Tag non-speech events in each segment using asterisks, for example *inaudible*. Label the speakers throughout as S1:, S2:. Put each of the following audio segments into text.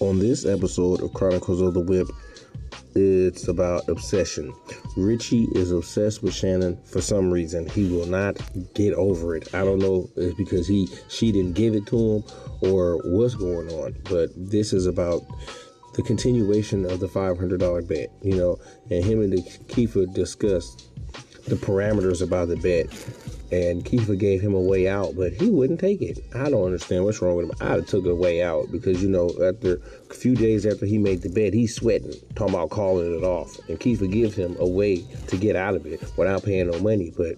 S1: On this episode of Chronicles of the Whip, it's about obsession. Richie is obsessed with Shannon for some reason. He will not get over it. I don't know if it's because he she didn't give it to him or what's going on, but this is about the continuation of the $500 bet, you know, and him and the Kiefer discussed the parameters about the bet. And Kiefer gave him a way out, but he wouldn't take it. I don't understand what's wrong with him. I'd have took a way out because you know, after a few days after he made the bet, he's sweating, talking about calling it off. And Kiefer gives him a way to get out of it without paying no money, but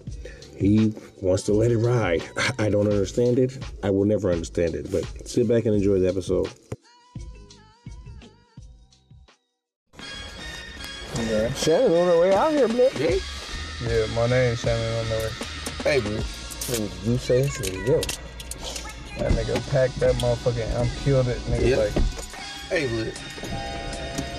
S1: he wants to let it ride. *laughs* I don't understand it. I will never understand it. But sit back and enjoy the episode.
S2: Okay.
S1: Shannon on her way out here, man.
S2: Yeah, my name's Shannon on there.
S1: Hey, bro. You say this to go.
S2: That nigga packed that motherfucking I'm killed it nigga
S3: Yeah.
S2: like,
S3: Hey, Wood.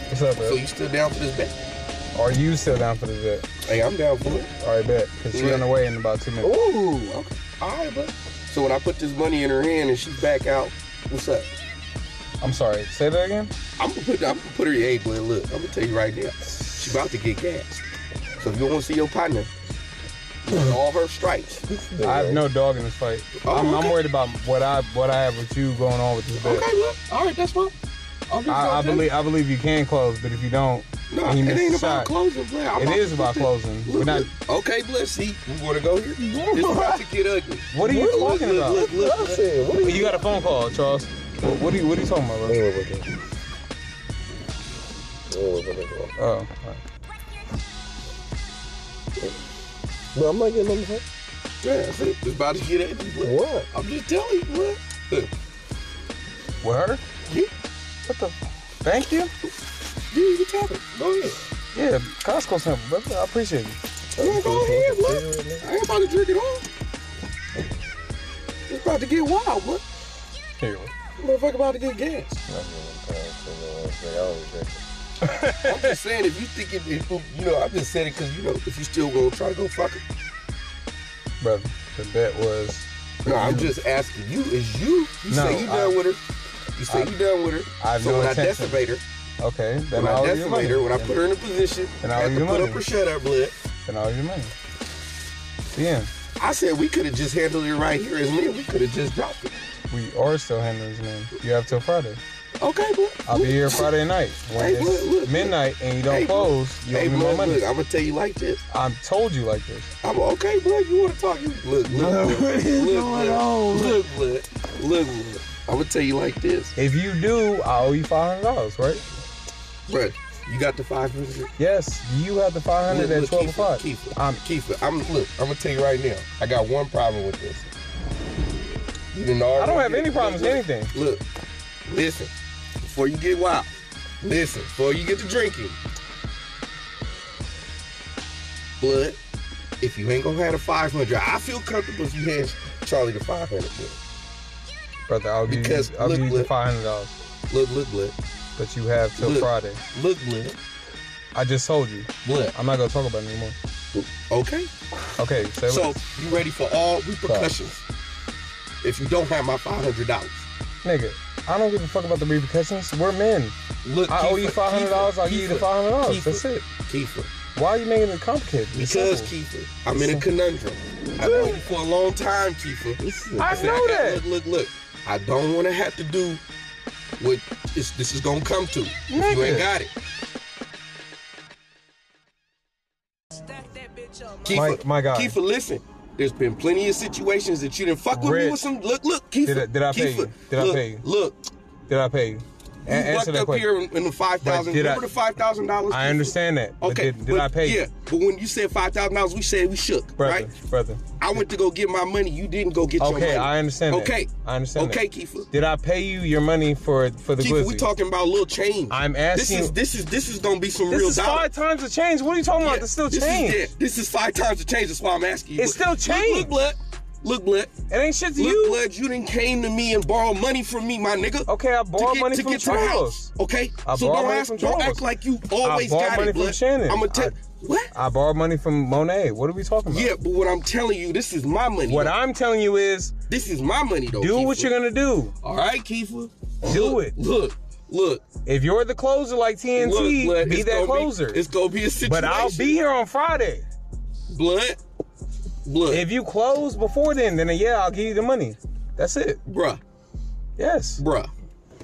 S2: what's up, bro?
S3: So you still down for this bet?
S2: Are you still down for the
S3: Hey, I'm down for it.
S2: bet? All right, bet. Cause she
S3: Yeah.
S2: on the way in about two minutes.
S3: Ooh, okay. All right, bud. So when I put this money in her hand and she back out, what's up?
S2: I'm sorry. Say that again.
S3: I'm gonna put I'm gonna put her. Hey, boy, look, I'm gonna tell you right now, she about to get gas. So if you want to see your partner, with all her stripes.
S2: I have no dog in this fight.
S3: Oh,
S2: I'm, I'm
S3: okay.
S2: worried about what I what I have with you going on with this bet.
S3: Okay, look, all right, that's fine. I'm just
S2: I, I
S3: gonna tell
S2: believe I believe you can close, but if you don't,
S3: you. No,
S2: he
S3: it
S2: missed
S3: ain't
S2: the
S3: about
S2: shot.
S3: closing, boy. I'm
S2: it
S3: about
S2: is
S3: to
S2: about
S3: put
S2: closing.
S3: the-
S2: We're
S3: Look,
S2: not.
S3: look. Okay, bless. See, we wanna go here. It's about to get ugly.
S2: What are you
S3: Look,
S2: talking
S3: look,
S2: about?
S3: Look, look, look.
S2: You got a phone call, Charles. What, what are you What are you talking about, bro? Oh, all right.
S1: But I'm not getting on the phone.
S3: Yeah, see, it's about to get ugly. boy.
S1: What?
S3: I'm just telling you, boy. Look,
S2: with her?
S3: Yeah.
S2: What the? Thank you.
S3: Dude, you talking? Go ahead.
S2: Yeah, Costco sample, brother. I appreciate it.
S3: Yeah, go ahead, blood. I ain't about to drink it all. It's about to get wild, blood.
S2: Here.
S3: Motherfucker about to get gas. I'm just saying, if you think it, if, you know, I just said it because, you know, if you still gonna try to go fuck it.
S2: Brother, the bet was
S3: No, I'm just asking you, is you, you
S2: No,
S3: say you
S2: I-
S3: done with her. You say
S2: I-
S3: you done with her.
S2: I have
S3: so
S2: no
S3: when
S2: intention.
S3: I decimate her,
S2: okay. Then
S3: when I
S2: I'll give you money.
S3: decimate her, when I put her in a position,
S2: And
S3: and
S2: I'll
S3: I have
S2: give
S3: to
S2: you
S3: put
S2: money.
S3: up or shut up, blood.
S2: Then I'll give you money. Yeah,
S3: I said we could have just handled it right here as me. We could have just dropped it.
S2: we are still handling this man. You have till Friday.
S3: Okay, blood.
S2: I'll be here Friday night. When
S3: Hey,
S2: it's
S3: look, look,
S2: midnight and you don't
S3: Hey, look.
S2: close, you
S3: Hey,
S2: owe me my
S3: blood,
S2: money.
S3: look, I'm gonna tell you like this.
S2: I'm told you like this.
S3: I'm okay, blood. You want to talk? You look, look, look,
S1: what is
S3: look,
S1: going
S3: look,
S1: on?
S3: Look, look, look, look. I'm gonna tell you like this,
S2: If you do, I owe you five hundred dollars, right?
S3: bro. You got the 500.
S2: Yes, you have the five hundred
S3: Look,
S2: at
S3: look,
S2: twelve o'clock.
S3: Keefer, Keefer,
S2: I'm
S3: Keefer, I'm look. I'm gonna tell you right now. I got one problem with this. You didn't already.
S2: I don't have
S3: get-
S2: any problems with
S3: look,
S2: anything.
S3: Look, listen. Before you get wild, listen. Before you get to drinking, blood. If you ain't gonna have the 500, I feel comfortable if you had Charlie the 500. Blood.
S2: brother. I'll give
S3: Because
S2: you, I'll
S3: look,
S2: give you the
S3: look.
S2: five hundred dollars,
S3: Look, look, blood.
S2: but you have till
S3: Look.
S2: Friday.
S3: Look, blood.
S2: I just told you.
S3: Blood.
S2: I'm not gonna talk about it anymore.
S3: Okay.
S2: Okay, say
S3: So you ready for all repercussions? If you don't have my five hundred dollars,
S2: nigga. I don't give a fuck about the repercussions. We're men.
S3: look.
S2: I owe you
S3: Kiefer,
S2: five hundred dollars.
S3: Kiefer,
S2: I'll give you the
S3: Kiefer,
S2: five hundred dollars.
S3: Kiefer,
S2: That's it.
S3: Kiefer,
S2: Why are you making it complicated? It's
S3: because
S2: simple.
S3: Kiefer, I'm in a conundrum. I've known you for a long time, Kiefer.
S2: I
S3: said,
S2: know
S3: got-
S2: that,
S3: Look, look, look. I don't want to have to do what this, this is gonna come to. If You
S2: Nigga.
S3: ain't got it.
S2: My- my God.
S3: Kiefer, listen. There's been plenty of situations that you didn't fuck with me
S2: Rich.
S3: with some. Look, look, Kiefer.
S2: Did I- did I pay you?
S3: Kiefer,
S2: Did I
S3: look,
S2: pay you?
S3: Look,
S2: Did I pay you? A-
S3: you
S2: answer
S3: fucked
S2: that
S3: up
S2: question.
S3: here in, in the five thousand.
S2: did I-
S3: Remember the five thousand dollars?
S2: I understand that. but
S3: Okay,
S2: did, did
S3: but-
S2: I pay
S3: Yeah,
S2: you,
S3: but when you said five thousand dollars, we said we shook,
S2: brother?
S3: right?
S2: Brother.
S3: I went to go get my money. You didn't go get your money.
S2: Okay, I understand. that.
S3: Okay,
S2: I understand. that.
S3: Okay, Kiefer.
S2: Did I pay you your money for for the
S3: Kiefer,
S2: glizzy?
S3: we talking about little change.
S2: I'm
S3: This is
S2: asking-
S3: this is this is gonna be some
S2: this
S3: real
S2: is
S3: dollars.
S2: five times the change. What are you talking
S3: Yeah,
S2: about? It's still
S3: this
S2: change.
S3: Is, yeah, this is five times the change. That's why I'm asking you.
S2: It's
S3: Look-
S2: still
S3: look,
S2: change.
S3: Look, blood. Look, blood.
S2: It ain't shit to
S3: Look,
S2: you.
S3: blood. You didn't came to me and borrow money from me, my nigga.
S2: Okay, I borrowed
S3: to get,
S2: money
S3: to
S2: from
S3: get to the
S2: Charles.
S3: house. Okay,
S2: I
S3: so
S2: borrowed
S3: don't
S2: money
S3: ask,
S2: from
S3: don't
S2: Charles.
S3: act like you always
S2: I borrowed
S3: got
S2: money
S3: it,
S2: from
S3: blood.
S2: Shannon.
S3: I'm gonna tell
S2: I-
S3: what?
S2: I borrowed money from Monet. What are we talking about?
S3: yeah, but what I'm telling you, this is my money.
S2: What
S3: though.
S2: I'm telling you is
S3: this is my money though.
S2: do what
S3: Kiefer.
S2: you're gonna do.
S3: All right, Kiefer.
S2: Do
S3: Look,
S2: it.
S3: Look, Look,
S2: If you're the closer like TNT,
S3: look, Blood,
S2: be
S3: it's
S2: that
S3: gonna
S2: closer.
S3: it's gonna be a situation.
S2: but I'll be here on Friday.
S3: blood, blood,
S2: If you close before then, then yeah, I'll give you the money. That's it.
S3: bruh,
S2: Yes,
S3: bruh.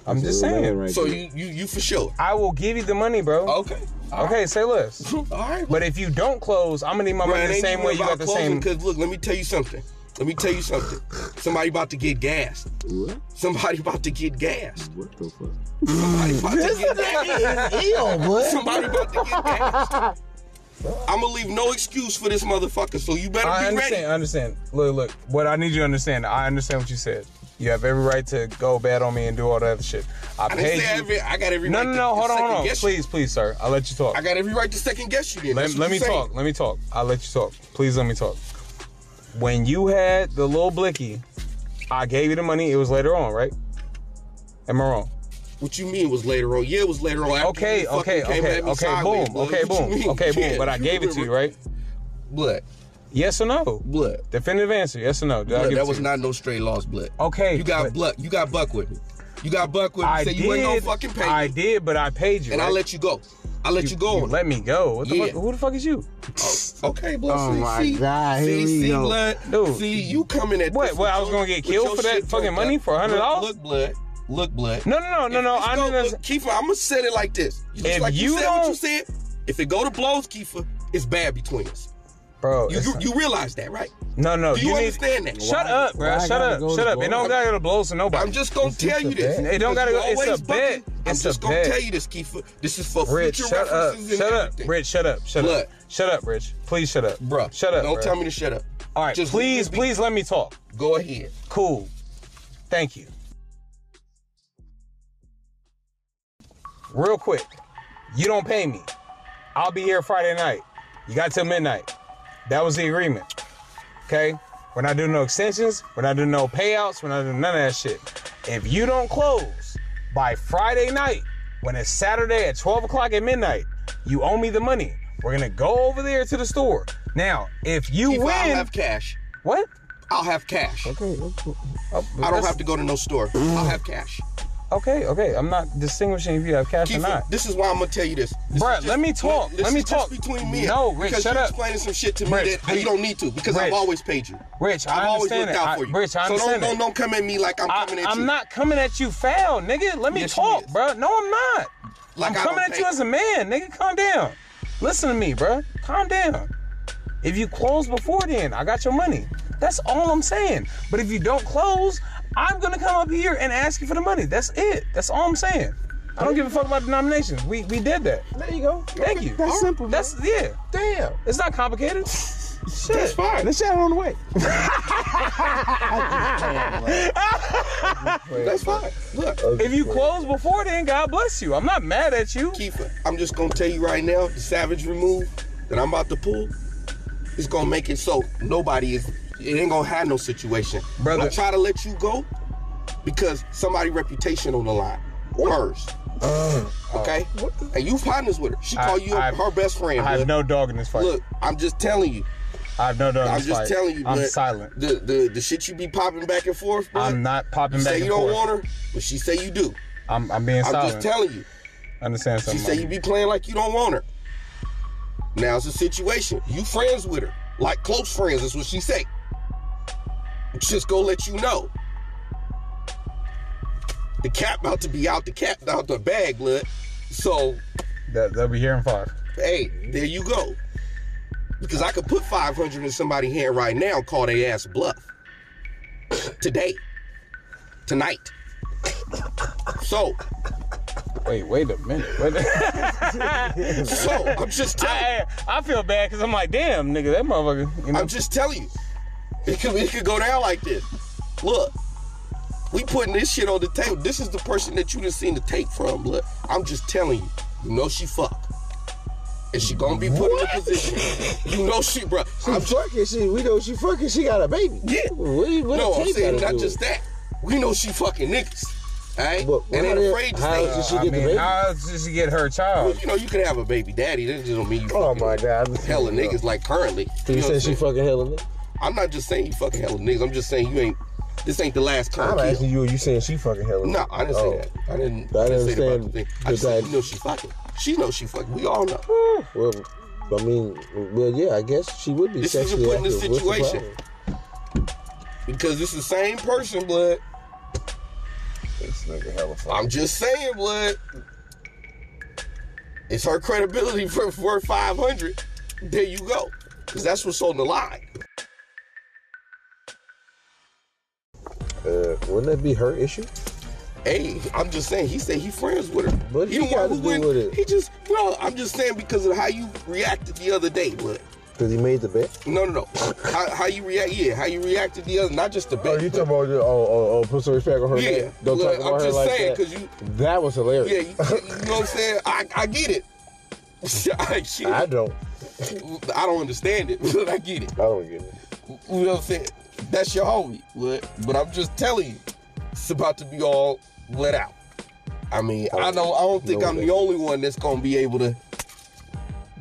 S2: I'm just
S1: Little man
S2: saying.
S1: right
S3: So
S1: there.
S3: you, you, you for sure.
S2: I will give you the money, bro.
S3: Okay. *laughs* All
S2: Okay, say less.
S3: right. All right.
S2: But if you don't close, I'm gonna need my money the same way you got the same.
S3: Because look, let me tell you something. Let me tell you something. Somebody about to get gassed.
S1: what?
S3: Somebody about to get gassed.
S1: What the fuck?
S2: *laughs*
S3: Somebody about to get gassed.
S4: Ew, boy.
S3: Somebody about to get gassed. I'm gonna leave no excuse for this motherfucker. So you better
S2: I
S3: be
S2: understand.
S3: ready.
S2: I understand. Look, look. What I need you to understand. I understand what you said. You have every right to go bad on me and do all that other shit. I,
S3: I
S2: paid
S3: didn't say
S2: you.
S3: every, I got every
S2: no,
S3: right
S2: no,
S3: to-
S2: no.
S3: to
S2: Hold on,
S3: second
S2: hold on.
S3: guess you.
S2: Please, please, sir. I'll let you talk.
S3: I got every right to second guess you. Then.
S2: let,
S3: That's what
S2: let
S3: you
S2: me
S3: saying.
S2: talk. Let me talk. I'll let you talk. Please let me talk. When you had the little blicky, I gave you the money. It was later on, right? Am I wrong?
S3: What you mean was later on? Yeah, it was later on. After
S2: Okay,
S3: you fucking
S2: okay,
S3: came
S2: okay,
S3: at me
S2: okay.
S3: sideways,
S2: Boom.
S3: blood.
S2: Okay,
S3: What you
S2: boom.
S3: mean?
S2: Okay, boom.
S3: Yeah,
S2: But I
S3: you
S2: gave it to
S3: remember.
S2: you, right?
S3: Blood,
S2: Yes or no?
S3: blood,
S2: Definitive answer. Yes or no? Did I
S3: blood.
S2: give it
S3: That
S2: to
S3: was
S2: you?
S3: not no straight loss, blood.
S2: Okay.
S3: You got
S2: but-
S3: buck. You got buck with me. You got buck with me.
S2: I
S3: Say
S2: did.
S3: you ain't gonna fucking pay me.
S2: I did, but I paid you.
S3: and I
S2: right?
S3: let you go. I let you, go. on. it.
S2: let me go. What the
S3: Yeah.
S2: fuck? Who the fuck is you?
S3: okay, blood.
S4: Oh
S3: see,
S4: my
S3: see,
S4: God,
S3: See,
S4: here we
S3: see,
S4: go.
S3: blood.
S2: Dude.
S3: See, you coming at
S2: What,
S3: This
S2: what,
S3: with
S2: I was
S3: your-
S2: gonna get
S3: with
S2: killed
S3: your
S2: for that
S3: shit
S2: fucking
S3: turned
S2: money
S3: up.
S2: for $100?
S3: Look, look, blood. Look, blood.
S2: No, no, no, no, no.
S3: If
S2: I
S3: this go-
S2: didn't.
S3: look, Kiefer, I'm gonna set it like this. Just
S2: If
S3: like you,
S2: you
S3: said what you
S2: don't-
S3: said, if it go to blows, Kiefer, it's bad between us.
S2: bro,
S3: You,
S2: it's
S3: you,
S2: not-
S3: you realize that, right?
S2: no, no.
S3: Do you,
S2: need-
S3: understand that?
S2: Shut up, bro.
S4: why I
S2: shut
S4: gotta
S2: up.
S4: go to
S2: Shut up.
S4: blow?
S2: It don't gotta go to blows to nobody.
S3: I'm just gonna tell
S4: just
S3: you
S4: a
S3: this.
S4: bet.
S2: It don't gotta
S3: Because
S2: go.
S3: you
S2: It's a
S3: always
S2: bet.
S3: bucking.
S2: It's
S3: I'm just
S2: a
S3: gonna
S2: bet.
S3: tell you this, Kiefer. This is for
S2: Rich,
S3: future
S2: shut up.
S3: references and
S2: Shut up.
S3: everything.
S2: Rich, shut up. Shut
S3: Look.
S2: up. Shut up, Rich. Please shut up.
S3: Bruh,
S2: Shut up.
S3: Don't
S2: bruh.
S3: tell me to shut up.
S2: All right.
S3: just
S2: Please,
S3: leave me be.
S2: please let me talk.
S3: Go ahead.
S2: Cool. Thank you. Real quick, you don't pay me. I'll be here Friday night. You got till midnight. That was the agreement. Okay? We're not doing no extensions. We're not doing no payouts. We're not doing none of that shit. If you don't close by Friday night, when it's Saturday at 12 o'clock at midnight, you owe me the money. We're gonna go over there to the store. Now, if you
S3: Kiefer,
S2: win,
S3: I'll have cash.
S2: what?
S3: I'll have cash.
S1: Okay, okay.
S2: Oh,
S3: I don't
S2: that's-
S3: have to go to no store. I'll have cash.
S2: Okay, okay. I'm not distinguishing if you have cash or
S3: Kiefer,
S2: not.
S3: this is why I'm gonna tell you this. This
S2: Bruh,
S3: is just-
S2: let me talk.
S3: this
S2: Let me
S3: is
S2: talk.
S3: just between me. and-
S2: No, Rich,
S3: because
S2: shut
S3: you're
S2: up.
S3: explaining some shit to me
S2: Rich,
S3: that that you
S2: please.
S3: don't need to because
S2: Rich.
S3: I've always paid you.
S2: Rich, I
S3: I've always
S2: understand
S3: looked
S2: it.
S3: out
S2: I-
S3: for you.
S2: Rich, I
S3: so don't,
S2: understand
S3: don't
S2: it.
S3: don't come at me like I'm
S2: I,
S3: coming at
S2: I'm
S3: you.
S2: not coming at you foul, nigga. Let me
S3: Yes, you
S2: talk,
S3: is.
S2: bro. No, I'm not.
S3: Like I
S2: I'm coming
S3: don't
S2: at you
S3: think-
S2: as a man, nigga. Calm down. Listen to me, bro. Calm down. If you close before then, I got your money. That's all I'm saying. But if you don't close, I'm gonna come up here and ask you for the money. That's it. That's all I'm saying. I don't give a fuck about denominations. We we did that.
S4: There you go.
S2: Thank you.
S4: That's simple, bro.
S2: That's yeah.
S4: Damn.
S2: It's not complicated. Shit.
S3: That's fine.
S4: Let's chat on the way.
S3: That's fine. Look,
S2: If you close before then, God bless you. I'm not mad at you.
S3: Kiefer, I'm just gonna tell you right now, the savage remove that I'm about to pull is gonna make it so nobody is. It ain't gonna have no situation.
S2: Brother.
S3: I try to let you go because somebody reputation on the line. Hers. okay. and you partners with her. She
S2: Uh, I-
S3: call you
S2: I-
S3: her best friend.
S2: I have
S3: bud.
S2: no dog in this fight.
S3: Look, I'm just telling you.
S2: I have no dog in
S3: I'm
S2: this
S3: just
S2: fight.
S3: telling you.
S2: I'm
S3: bud,
S2: silent.
S3: The, the the shit you be popping back and forth. bud,
S2: I'm not popping
S3: You
S2: back
S3: say
S2: and
S3: you don't
S2: forth.
S3: want her, but she say you do.
S2: I'm, I'm being
S3: I'm
S2: silent.
S3: just telling you.
S2: Understand
S3: She
S2: something?
S3: say you be playing like you don't want her. Now it's a situation. You friends with her, like close friends. Is what she say. Just go let you know. The cat about to be out the cat out the bag, blood. So
S2: that, they'll be here in five.
S3: hey, there you go. Because I could put 500 in somebody's hand right now and call their ass bluff. Today. Tonight. So,
S2: Wait, wait a *laughs* minute. Wait a-
S3: so I'm just telling you.
S2: I, I feel bad because I'm like, damn, nigga, that motherfucker. You know,
S3: I'm just telling you. It could, it could go down like this. Look, we putting this shit on the table. This is the person that you done seen the tape from. Look, I'm just telling you. You know she fuck. And she gonna be put in a position. You know she, bruh.
S4: She
S3: I'm just,
S4: fucking. She we know she fucking. She got a baby.
S3: Yeah.
S4: What, do you- what
S3: no,
S4: the
S3: I'm
S4: tape
S3: saying
S4: gotta
S3: not
S4: do
S3: just
S4: with
S3: that. We know she fucking niggas. Alright?
S4: But
S3: And
S4: what
S3: ain't
S4: if-
S3: afraid to
S4: how
S3: stay.
S4: is
S3: out.
S4: she
S2: I
S4: get the
S2: mean,
S4: baby?
S2: how does she get her child?
S3: You know, you could have a baby daddy. That just don't mean you
S4: it? Oh
S3: fucking
S4: my god. I'm-
S3: hella niggas like currently.
S4: So
S3: know
S4: you
S3: what I'm
S4: said
S3: saying?
S4: she fucking hella niggas?
S3: I'm not just saying you fucking hella niggas. I'm just saying you ain't This ain't the last time.
S4: I'm
S3: Kill.
S4: asking you, are you saying she fucking Hillary?
S3: No, I didn't
S4: Oh.
S3: say that. I didn't.
S4: I
S3: I didn't say that
S4: understand
S3: about the thing. I
S4: the
S3: just said
S4: fact-
S3: you know she fucking. She knows she fucking. We all know.
S4: Well, I mean, well, yeah, I guess she would be
S3: This is a
S4: sexually
S3: put in
S4: active.
S3: this
S4: What's the
S3: situation.
S4: problem?
S3: Because it's the same person, blood.
S5: This nigga hella
S3: I'm
S5: funny.
S3: just saying, blood. It's her credibility for, for 500. There you go. Because that's what's on the line.
S4: Uh, wouldn't that be her issue?
S3: Hey, I'm just saying. He said he friends with her.
S4: What
S3: he
S4: he
S3: the one
S4: got to
S3: who
S4: do
S3: went.
S4: with it?
S3: He just no. I'm just saying because of how you reacted the other day, blood.
S4: Because he made the bet.
S3: No, no, no. how, how you react? Yeah, how you reacted the other. Not just the
S4: Oh,
S3: bet.
S4: you talking about the, oh, oh, oh, put some respect on her
S3: Yeah,
S4: name. Don't
S3: look,
S4: talk about
S3: I'm
S4: her
S3: just
S4: like
S3: saying,
S4: that.
S3: 'cause you-
S4: that was hilarious.
S3: yeah, you, you know what I'm saying. I, I get it. *laughs* I, shit,
S4: I
S3: I,
S4: don't.
S3: don't understand it, *laughs* but I get it.
S4: I don't get it.
S3: You know what I'm saying? That's your homie, but, but I'm just telling you, it's about to be all let out. I mean, I know I don't think
S4: Oh, No,
S3: I'm
S4: that-
S3: the only one that's gonna be able to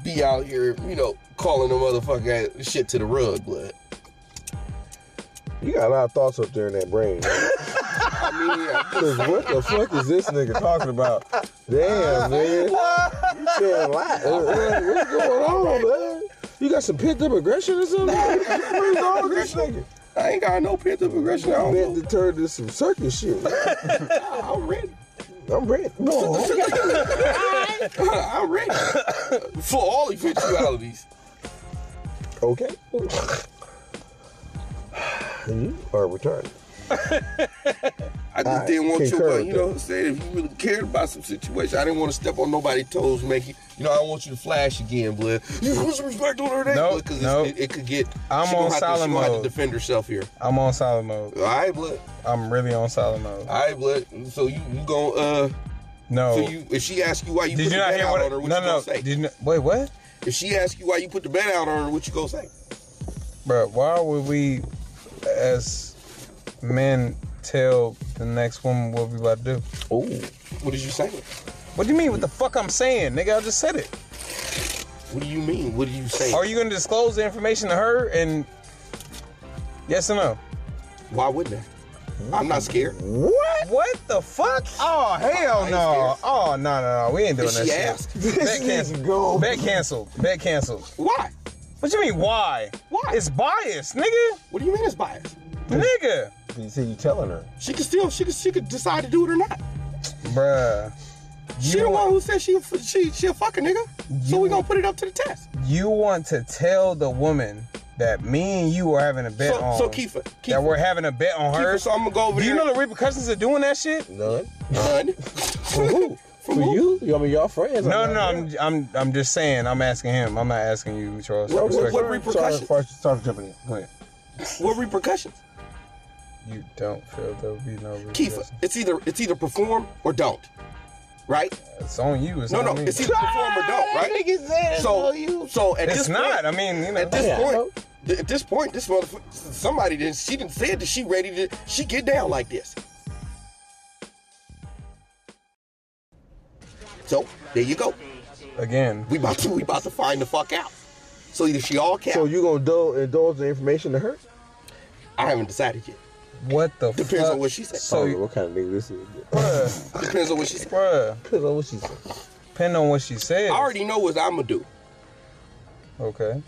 S3: be out here, you know, calling the motherfucker ass- shit to the rug, blood.
S4: You got a lot of thoughts up there in that brain. man.
S3: I mean, yeah, I'm just-
S4: 'Cause what the fuck is this nigga talking about? Damn, man. You saying a lot. Uh, what- What's going on, man? You got some pent up aggression or something? What's wrong with this nigga?
S3: I ain't got no pent up aggression. I don't
S4: Man, *laughs*
S3: know.
S4: to turn to some circus shit.
S3: I'm ready.
S4: I'm ready. No, okay.
S3: I'm ready for all eventualities.
S4: Okay. you are retarded.
S3: I just
S4: Alright,
S3: didn't want you,
S4: concur
S3: but
S4: with
S3: you know what I'm saying? If you really cared about some situation, I didn't want to step on nobody's toes, make it, you know, I don't want you to flash again, blood. You put some respect on her name,
S2: Nope,
S3: because
S2: nope.
S3: it, it could get,
S2: I'm
S3: she gonna
S2: on
S3: have to,
S2: silent
S3: she gonna have
S2: mode.
S3: to defend herself here.
S2: I'm on silent mode.
S3: All right, blood.
S2: I'm really on silent mode.
S3: All right, blood. So you, you gonna, uh,
S2: No.
S3: so you, if she asks you why you
S2: Oh. did
S3: put
S2: you
S3: the
S2: not
S3: bed
S2: hear
S3: out
S2: what?
S3: on her, what
S2: no,
S3: you
S2: no.
S3: gonna say?
S2: Did you not, wait, what?
S3: if she asks you why you put the bed out on her, what you gonna say?
S2: Bruh, why would we, as men, tell the next woman what we about to do?
S4: Oh,
S3: What did you say?
S2: What do you mean? What the fuck I'm saying, nigga? I just said it.
S3: What do you mean? What do you say?
S2: Are you gonna disclose the information to her? And yes or no?
S3: why wouldn't I? I'm not scared.
S2: What? What the fuck? Oh hell
S3: I ain't
S2: no!
S3: scared.
S2: Oh no no no! We ain't doing
S3: If
S2: that
S3: she
S2: shit.
S3: asks.
S2: Bet canceled.
S4: go.
S2: Bet canceled. Bet canceled.
S3: Why?
S2: What you mean? Why?
S3: Why?
S2: It's biased, nigga.
S3: What do you mean it's biased?
S2: Nigga,
S4: You see, you telling her.
S3: She could still, she could, she could decide to do it or not.
S2: bruh.
S3: She
S2: You
S3: the
S2: want-
S3: one who said she she she a fucking nigga. So we gonna put it up to the test.
S2: you want to tell the woman that me and you are having a bet
S3: So,
S2: on
S4: um,
S3: so Keefa,
S2: that
S3: Keefa,
S2: we're having a bet on her.
S3: Keefa, so I'm gonna go over
S2: Do you
S3: there.
S2: know the repercussions of doing that shit?
S4: None.
S3: *laughs* None.
S4: For who? For you? I mean, y'all friends.
S2: No, no,
S4: I'm not-
S2: I'm, I'm, I'm just saying. I'm asking him. I'm not asking you, Charles.
S4: Well,
S2: Respect-
S3: what
S4: sorry-
S3: repercussions?
S4: Sorry, sorry for jumping in. Go ahead.
S3: What repercussions?
S2: You don't feel there'll be no
S3: Keefa,
S2: repercussions.
S3: it's either it's either perform or don't, right?
S2: It's on you. It's
S3: No,
S2: on
S3: no,
S2: me.
S3: it's either perform or don't, right? So so at
S2: It's
S3: this
S2: not.
S3: point,
S2: I mean, you know.
S3: at this
S4: Yeah, I know.
S3: point, th- at this point, this motherfucker, somebody didn't she didn't said that she ready to she get down like this. So there you go.
S2: again,
S3: We about to we about to find the fuck out. So either she all cap.
S4: So you gonna do, indulge the information to her?
S3: I haven't decided yet.
S2: what the
S3: Depends
S2: fuck?
S3: on what she said.
S4: So
S2: So,
S4: Oh, what kind of nigga this is?
S2: bruh,
S3: Depends on what she said.
S2: bruh,
S4: Depends on what she said.
S2: depend on what she says.
S3: I already know what I'ma do.
S2: Okay.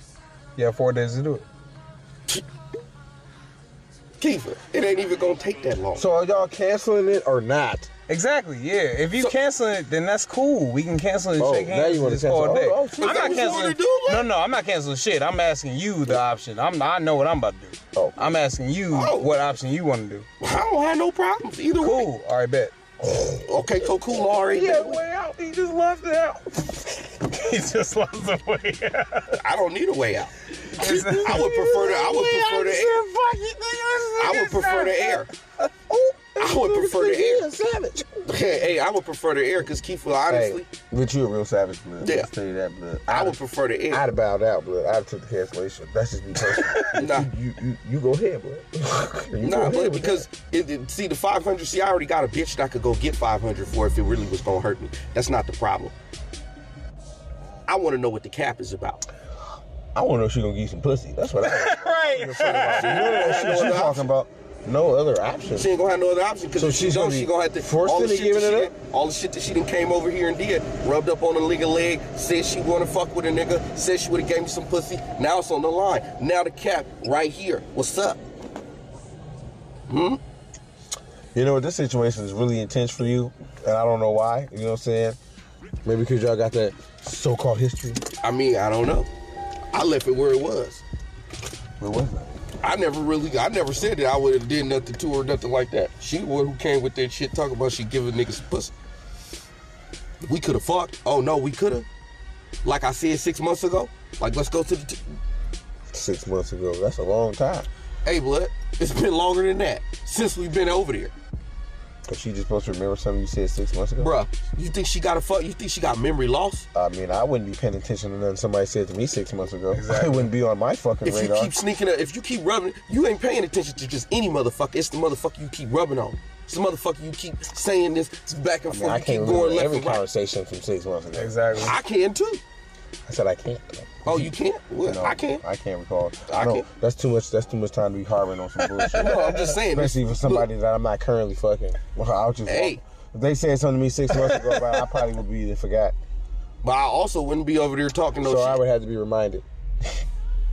S2: Yeah, four days to do it.
S3: Kiva, it ain't even gonna take that long.
S4: So are y'all canceling it or not?
S2: Exactly. Yeah. If you
S3: So-
S2: cancel it, then that's cool. We can cancel and
S4: Oh,
S2: shake
S4: now
S2: hands.
S4: you wanna
S2: and just call
S4: cancel.
S2: it a day.
S4: Oh, oh, shit.
S2: I'm
S3: Is that
S2: not
S3: what you wanna
S2: canceling.
S3: do, man?
S2: no, no, I'm not canceling shit. I'm asking you the option. I'm. I know what I'm about to do.
S4: Oh.
S2: I'm asking you
S3: Oh.
S2: what option you want to do.
S3: I don't have no problems either way.
S2: Cool. All right, bet.
S3: Okay, so cool already.
S2: way out. He just left it out. *laughs* he just left the way out.
S3: I don't need a way
S4: *laughs*
S3: out. I would
S2: Is that-
S3: prefer the I would prefer the air. I would prefer the air. Oh, I would prefer the air.
S4: savage.
S3: *laughs* Hey, I would prefer the air because Keith honestly,
S4: Hey, but you a real savage, blood.
S3: Yeah.
S4: Let's tell you that, blood.
S3: I would prefer the air.
S4: I'd have bowed out, blood. I'd have took the cancellation. That's just me
S3: *laughs*
S4: personally.
S3: Nah.
S4: you, you, you, you go ahead, blood. *laughs* You go
S3: Nah,
S4: ahead
S3: but
S4: with
S3: because it, it- see the 500. See, I already got a bitch that I could go get 500 for if it really was gonna hurt me. That's not the problem. I want to know what the cap is about. *laughs*
S4: that. I want to know if she gonna give *laughs* you some pussy. That's what I.
S2: Right.
S4: She talking about. no other option.
S3: She ain't gonna have no other option because
S4: So
S3: if she
S4: she's
S3: don't,
S4: gonna be
S3: she gonna have to
S4: forced
S3: all the
S4: into
S3: shit that
S4: giving
S3: she
S4: it
S3: done- all the shit that she done came over here and did, rubbed up on a nigga leg, said she wanna fuck with a nigga, said she would've gave me some pussy. Now it's on the line. Now the cap right here. What's up?
S4: You know what? This situation is really intense for you, and I don't know why. You know what I'm saying? Maybe because y'all got that so-called history.
S3: I mean, I don't know. I left it where it was.
S4: But what?
S3: I never really, I never said that I would have did nothing to her, nothing like that. She the one who came with that shit talking about she giving niggas pussy. We could have fucked. Oh no, we could have. Like I said six months ago. Like let's go to the. T-
S4: Six months ago. That's a long time.
S3: hey, blood. It's been longer than that since we've been over there,
S4: Cause she just supposed to remember something you said six months ago.
S3: bruh. You think she got a fuck? You think she got memory loss?
S4: I mean, I wouldn't be paying attention to nothing somebody said to me six months ago. *laughs*
S2: Exactly.
S4: It wouldn't be on my fucking
S3: If you
S4: radar.
S3: keep sneaking up, if you keep rubbing, you ain't paying attention to just any motherfucker. It's the motherfucker you keep rubbing on. It's the motherfucker you keep saying this back and
S4: I,
S3: forth.
S4: mean, I
S3: you keep
S4: can't
S3: going
S4: remember
S3: left
S4: every
S3: and right.
S4: conversation from six months ago.
S2: *laughs* Exactly.
S3: I can too.
S4: I said I can't.
S3: Oh, you can't? Well,
S4: No,
S3: I can't.
S4: I can't recall.
S3: I
S4: No,
S3: can't.
S4: That's too much. That's too much time to be harboring
S3: *laughs*
S4: on some bullshit.
S3: No, I'm just saying.
S4: Especially for somebody that I'm not currently fucking. Well, I'll just.
S3: Hey.
S4: If they said something to me six months ago about, it, I probably would be forgot.
S3: But I also wouldn't be over there talking no
S4: so I
S3: shit
S4: would have to be reminded.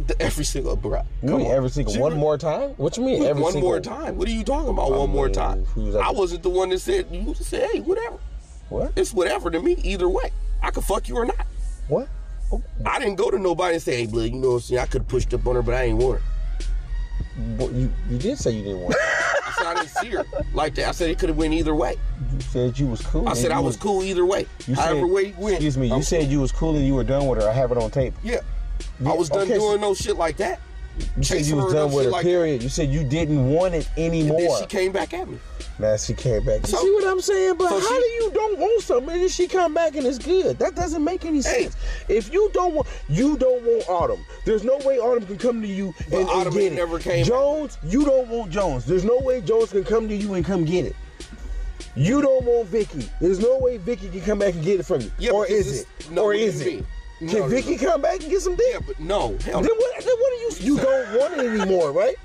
S3: to every single bro.
S4: You mean every single
S3: She
S4: one
S3: re-
S4: more time? What you mean every
S3: one
S4: single
S3: more time. What are you talking about? one more
S4: mean,
S3: time.
S4: who's that?
S3: I wasn't the one that said you just said, hey, whatever.
S4: What?
S3: It's whatever to me, either way. I could fuck you or not.
S4: What?
S3: I didn't go to nobody and say, hey, blood, you know what I'm saying? I could have pushed up on her, but I ain't want her.
S4: What- You, you did say you didn't want. it.
S3: I said I didn't see
S4: *laughs*
S3: her like that. I said it could have went either way.
S4: you said you was cool.
S3: I
S4: and
S3: said
S4: you
S3: I was cool either way.
S4: You said,
S3: However way you went.
S4: Excuse me. You
S3: I'm-
S4: said you was cool and you were done with her. I have it on tape.
S3: yeah.
S4: Yeah,
S3: I was done
S4: okay, so-
S3: doing no shit like that.
S4: You said you
S3: Chasing
S4: was
S3: her
S4: done
S3: and
S4: with her.
S3: shit like that.
S4: period. You said you didn't want it
S3: And
S4: anymore.
S3: then she came back at me.
S4: Now she came back.
S3: So-
S4: you see what I'm saying? But
S3: so
S4: how
S3: she-
S4: do you don't want something? And then she come back and it's good. That doesn't make any
S3: Hey.
S4: sense. If you don't want, you don't want Autumn. There's no way Autumn can come to you and, and
S3: Autumn
S4: get
S3: ain't
S4: it.
S3: never came-
S4: Jones, you don't want Jones. There's no way Jones can come to you and come get it. You don't want Vicky. There's no way Vicky can come back and get it from you.
S3: Yeah,
S4: or
S3: because
S4: is it?
S3: it's- no,
S4: or
S3: what do you
S4: is it?
S3: mean?
S4: Can
S3: No, no,
S4: Vicky come back and get some dick?
S3: Yeah, but no. Hell no.
S4: Then what? Then what are you? You don't want it anymore, right?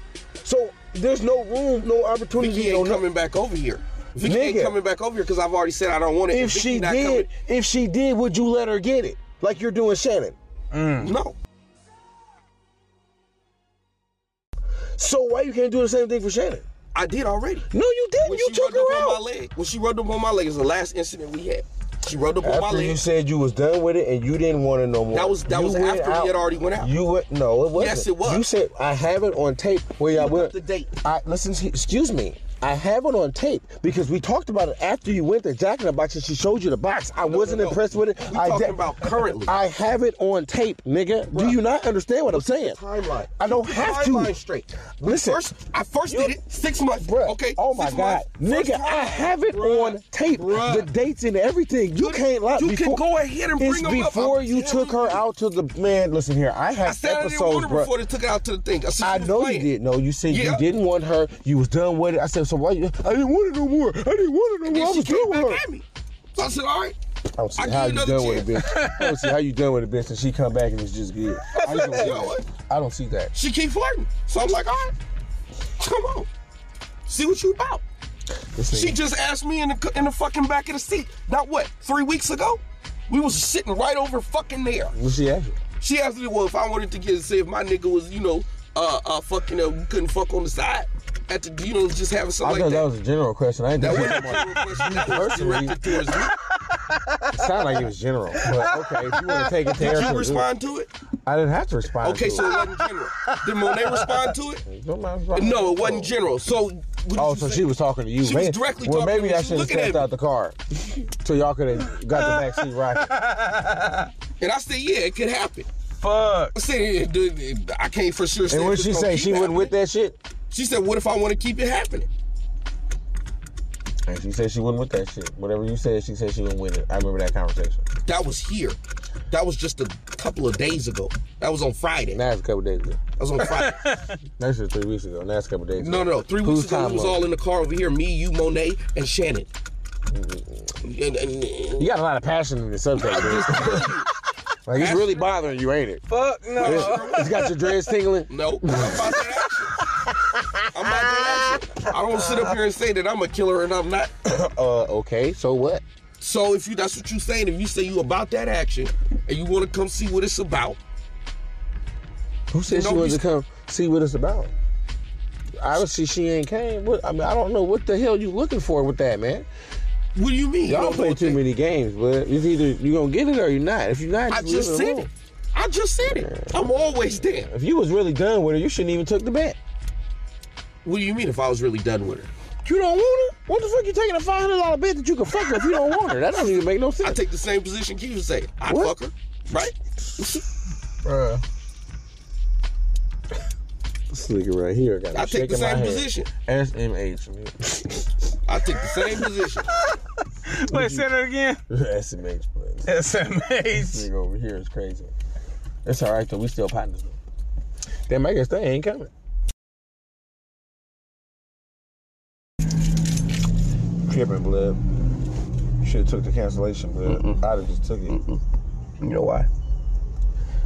S4: So there's no room, no opportunity,
S3: Vicky
S4: no
S3: ain't
S4: nothing.
S3: coming back over here. Vicky ain't
S4: Nigga.
S3: coming back over here because I've already said I don't want it.
S4: If
S3: Vicky
S4: she
S3: not
S4: did, if she did, would you let her get it like you're doing Shannon? Mm.
S3: coming, no.
S4: So why you can't do the same thing for Shannon?
S3: I did already.
S4: No, you didn't.
S3: When
S4: you
S3: she
S4: took
S3: rubbed
S4: her
S3: up on
S4: out.
S3: my leg, when she rubbed up on my leg, is the last incident we had. She rubbed up on my
S4: After you
S3: leg.
S4: said you was done with it and you didn't want it no more.
S3: That was- that
S4: You
S3: was
S4: went
S3: after we
S4: out.
S3: had already went out.
S4: You went no, it wasn't.
S3: Yes, it was.
S4: You said I have it on tape where y'all
S3: Look
S4: went.
S3: up the date.
S4: I listen. to- Excuse me. I have it on tape because we talked about it after you went to Jack in the Box and she showed you the box. I wasn't
S3: no, no.
S4: impressed with it.
S3: We
S4: I
S3: talking about currently.
S4: I have it on tape, nigga. Do you not understand what I'm saying?
S3: Timeline.
S4: I don't
S3: Keep the
S4: have to.
S3: Timeline straight.
S4: Listen.
S3: First, I first did it six months.
S4: Bruh.
S3: Okay.
S4: Oh my
S3: six
S4: God,
S3: months. First
S4: nigga! I
S3: time.
S4: have it
S3: Bruh.
S4: on tape,
S3: Bruh.
S4: the dates and everything. You can't lie.
S3: you can go ahead and
S4: it's
S3: bring 'em up.
S4: before
S3: I'm
S4: you took her
S3: telling you.
S4: out to the man. Listen here, I have
S3: I said I didn't
S4: episodes,
S3: want her
S4: bro.
S3: before they took it out to the thing. I, said she
S4: I
S3: was
S4: know you
S3: playing.
S4: did. No, you said
S3: Yeah.
S4: you didn't want her. You was done with it. I said, so why? You, I didn't want it no more. I didn't want it no
S3: And
S4: more. I
S3: she
S4: was done
S3: came
S4: with
S3: back
S4: her.
S3: at me. So I said, all right.
S4: I don't see
S3: I give
S4: how
S3: you
S4: you
S3: another
S4: done with it, bitch. I don't see how you done with it, bitch. And she come back and it's
S3: *laughs*
S4: just good. I just don't see
S3: You know
S4: that.
S3: what?
S4: I don't see that.
S3: She keep flirting. So I'm like, all right, come on. See what you about.
S4: This
S3: She
S4: nigga-
S3: just asked me in the cu- in the fucking back of the seat. Not what? Three weeks ago, we was sitting right over fucking there.
S4: What she asked?
S3: She asked me, well, if I wanted to get say if my nigga was you know uh uh fucking uh, couldn't fuck on the side at the you know just having
S4: I
S3: something
S4: thought
S3: like
S4: that
S3: that.
S4: was a general question. I didn't
S3: That
S4: think
S3: wasn't a general
S4: *laughs*
S3: question. That was
S4: Personally-
S3: directed towards
S4: *laughs*
S3: me.
S4: it sounded like it was general. But okay, if you want to take it to
S3: Did
S4: Erica,
S3: you
S4: do it.
S3: respond to it?
S4: I didn't have to respond.
S3: Okay,
S4: to
S3: so it wasn't general. Did Monet respond to it?
S4: it. Don't mind responding.
S3: No, it wasn't general. So what did
S4: Oh,
S3: you
S4: so
S3: say?
S4: she was talking to you.
S3: She was directly
S4: well,
S3: talking to
S4: maybe
S3: me.
S4: I
S3: She
S4: should have
S3: looking at
S4: stepped
S3: me.
S4: out the car, so y'all could have got the back
S3: *laughs*
S4: seat rocking.
S3: and I said, yeah, it could happen.
S2: Fuck.
S3: I said, it- it- it- I can't for sure. say
S4: And
S3: if
S4: what
S3: it's
S4: she
S3: gonna
S4: say?
S3: keep
S4: She wasn't
S3: happening.
S4: with that shit.
S3: She said, what if I want to keep it happening?
S4: And she said she wasn't with that shit. Whatever you said, she said she wasn't with it. I remember that conversation.
S3: That was here. That was just a couple of days ago. That was on Friday. That
S4: Now it's a couple days ago.
S3: was on
S4: *laughs*
S3: Friday.
S4: That's just three weeks ago. Now it's a couple days.
S3: no, no,
S4: ago.
S3: no. Three
S4: Whose
S3: weeks ago,
S4: time
S3: we was
S4: was it?
S3: all in the car over here. Me, you, Monet, and Shannon. And, and- and-
S4: You got a lot of passion in the subject, dude. *laughs* like it's really bothering you, ain't it?
S2: Fuck no.
S4: It's got your dreads tingling.
S3: no, I'm about that action. I'm about that action. I don't sit up here and say that I'm a killer and I'm not.
S4: Uh, okay, so what?
S3: So if you that's what you saying, if you say you about that action and you want to come see what it's about,
S4: Who said she
S3: Don't
S4: wanted
S3: be-
S4: to come see what it's about? Obviously, she ain't came. What, I mean, I don't know what the hell you looking for with that, man.
S3: what do you mean?
S4: Y'all
S3: No,
S4: play
S3: don't
S4: too
S3: think-
S4: many games, but it's either you gonna get it or you're not. If you're not,
S3: I
S4: leave
S3: just said
S4: alone.
S3: it. I just said it. I'm always there.
S4: If you was really done with her, you shouldn't even took the bet.
S3: What do you mean if I was really done with her?
S4: You don't want her? What the fuck you taking a five hundred dollar bet that you can fuck her if you don't want her? That don't even make no
S3: I
S4: sense.
S3: take the same position Keisha say. I
S4: What?
S3: fuck her, right? *laughs*
S6: Bruh.
S4: This nigga right here got me
S3: I take the
S4: shaking my
S3: same
S4: head.
S3: position.
S4: SMH, man. *laughs*
S3: I take the same *laughs* position.
S2: Wait, say that again.
S4: SMH, but this
S2: SMH.
S4: nigga over here is crazy. It's all right though. We still partners. though. Damn, I guess they ain't coming. Tripping blood. Should have took the cancellation, blood. I'd have just took it.
S3: You know why?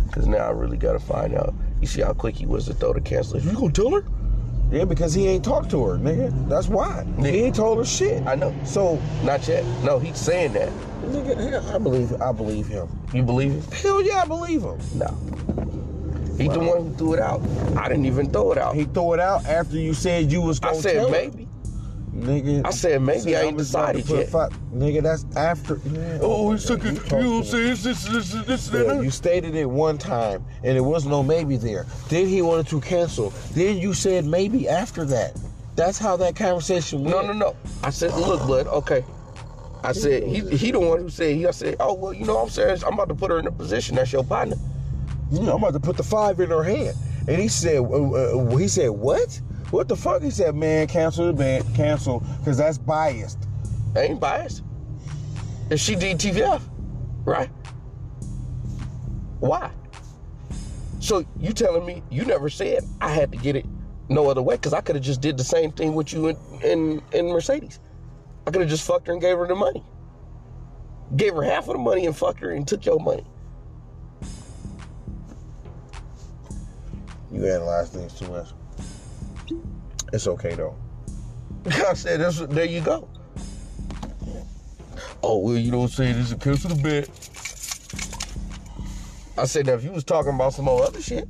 S3: Because now I really gotta find out. You see how quick he was to throw the cancellation. You gonna tell her?
S4: Yeah, because he ain't talked to her, nigga. That's why. He ain't told her shit.
S3: I know.
S4: So,
S3: Not yet. No, he's saying that.
S4: nigga, hell, I believe, I believe him.
S3: You believe it?
S4: Hell yeah, I believe him.
S3: No. He the one who threw it out. I didn't even throw it out.
S4: He threw it out after you said you was
S3: I
S4: gonna tell
S3: said
S4: her.
S3: maybe.
S4: Nigga,
S3: I said maybe
S4: Say,
S3: I ain't
S4: I'm just about to
S3: decided
S4: put
S3: yet.
S4: fi- nigga, that's after. Man,
S3: Oh,
S4: my
S3: he's
S4: God,
S3: took it. You
S4: talking
S3: know what I'm
S4: to-
S3: saying? This, this, this, this, this,
S4: Yeah,
S3: that.
S4: you stated it one time, and it was no maybe there. Then he wanted to cancel. Then you said maybe after that. That's how that conversation went.
S3: No, no, no. I said, look, blood. Okay. I said he he the one who said he. I said, oh well, you know I'm serious. I'm about to put her in a position. That's your partner.
S4: You know, I'm about to put the five in her hand. And he said, uh, uh, he said, what? What the fuck? He said, man, cancel the bet, cancel, because that's biased.
S3: I ain't biased. And she DTF, right? Why? So you telling me you never said I had to get it no other way? Cause I could have just did the same thing with you in in, in Mercedes. I could have just fucked her and gave her the money. Gave her half of the money and fucked her and took your money.
S4: You analyze things too much. It's okay though.
S3: *laughs* I said, that's, there you go. Oh, well, you don't say this is a kiss of the bit. I said, now if you was talking about some old other shit.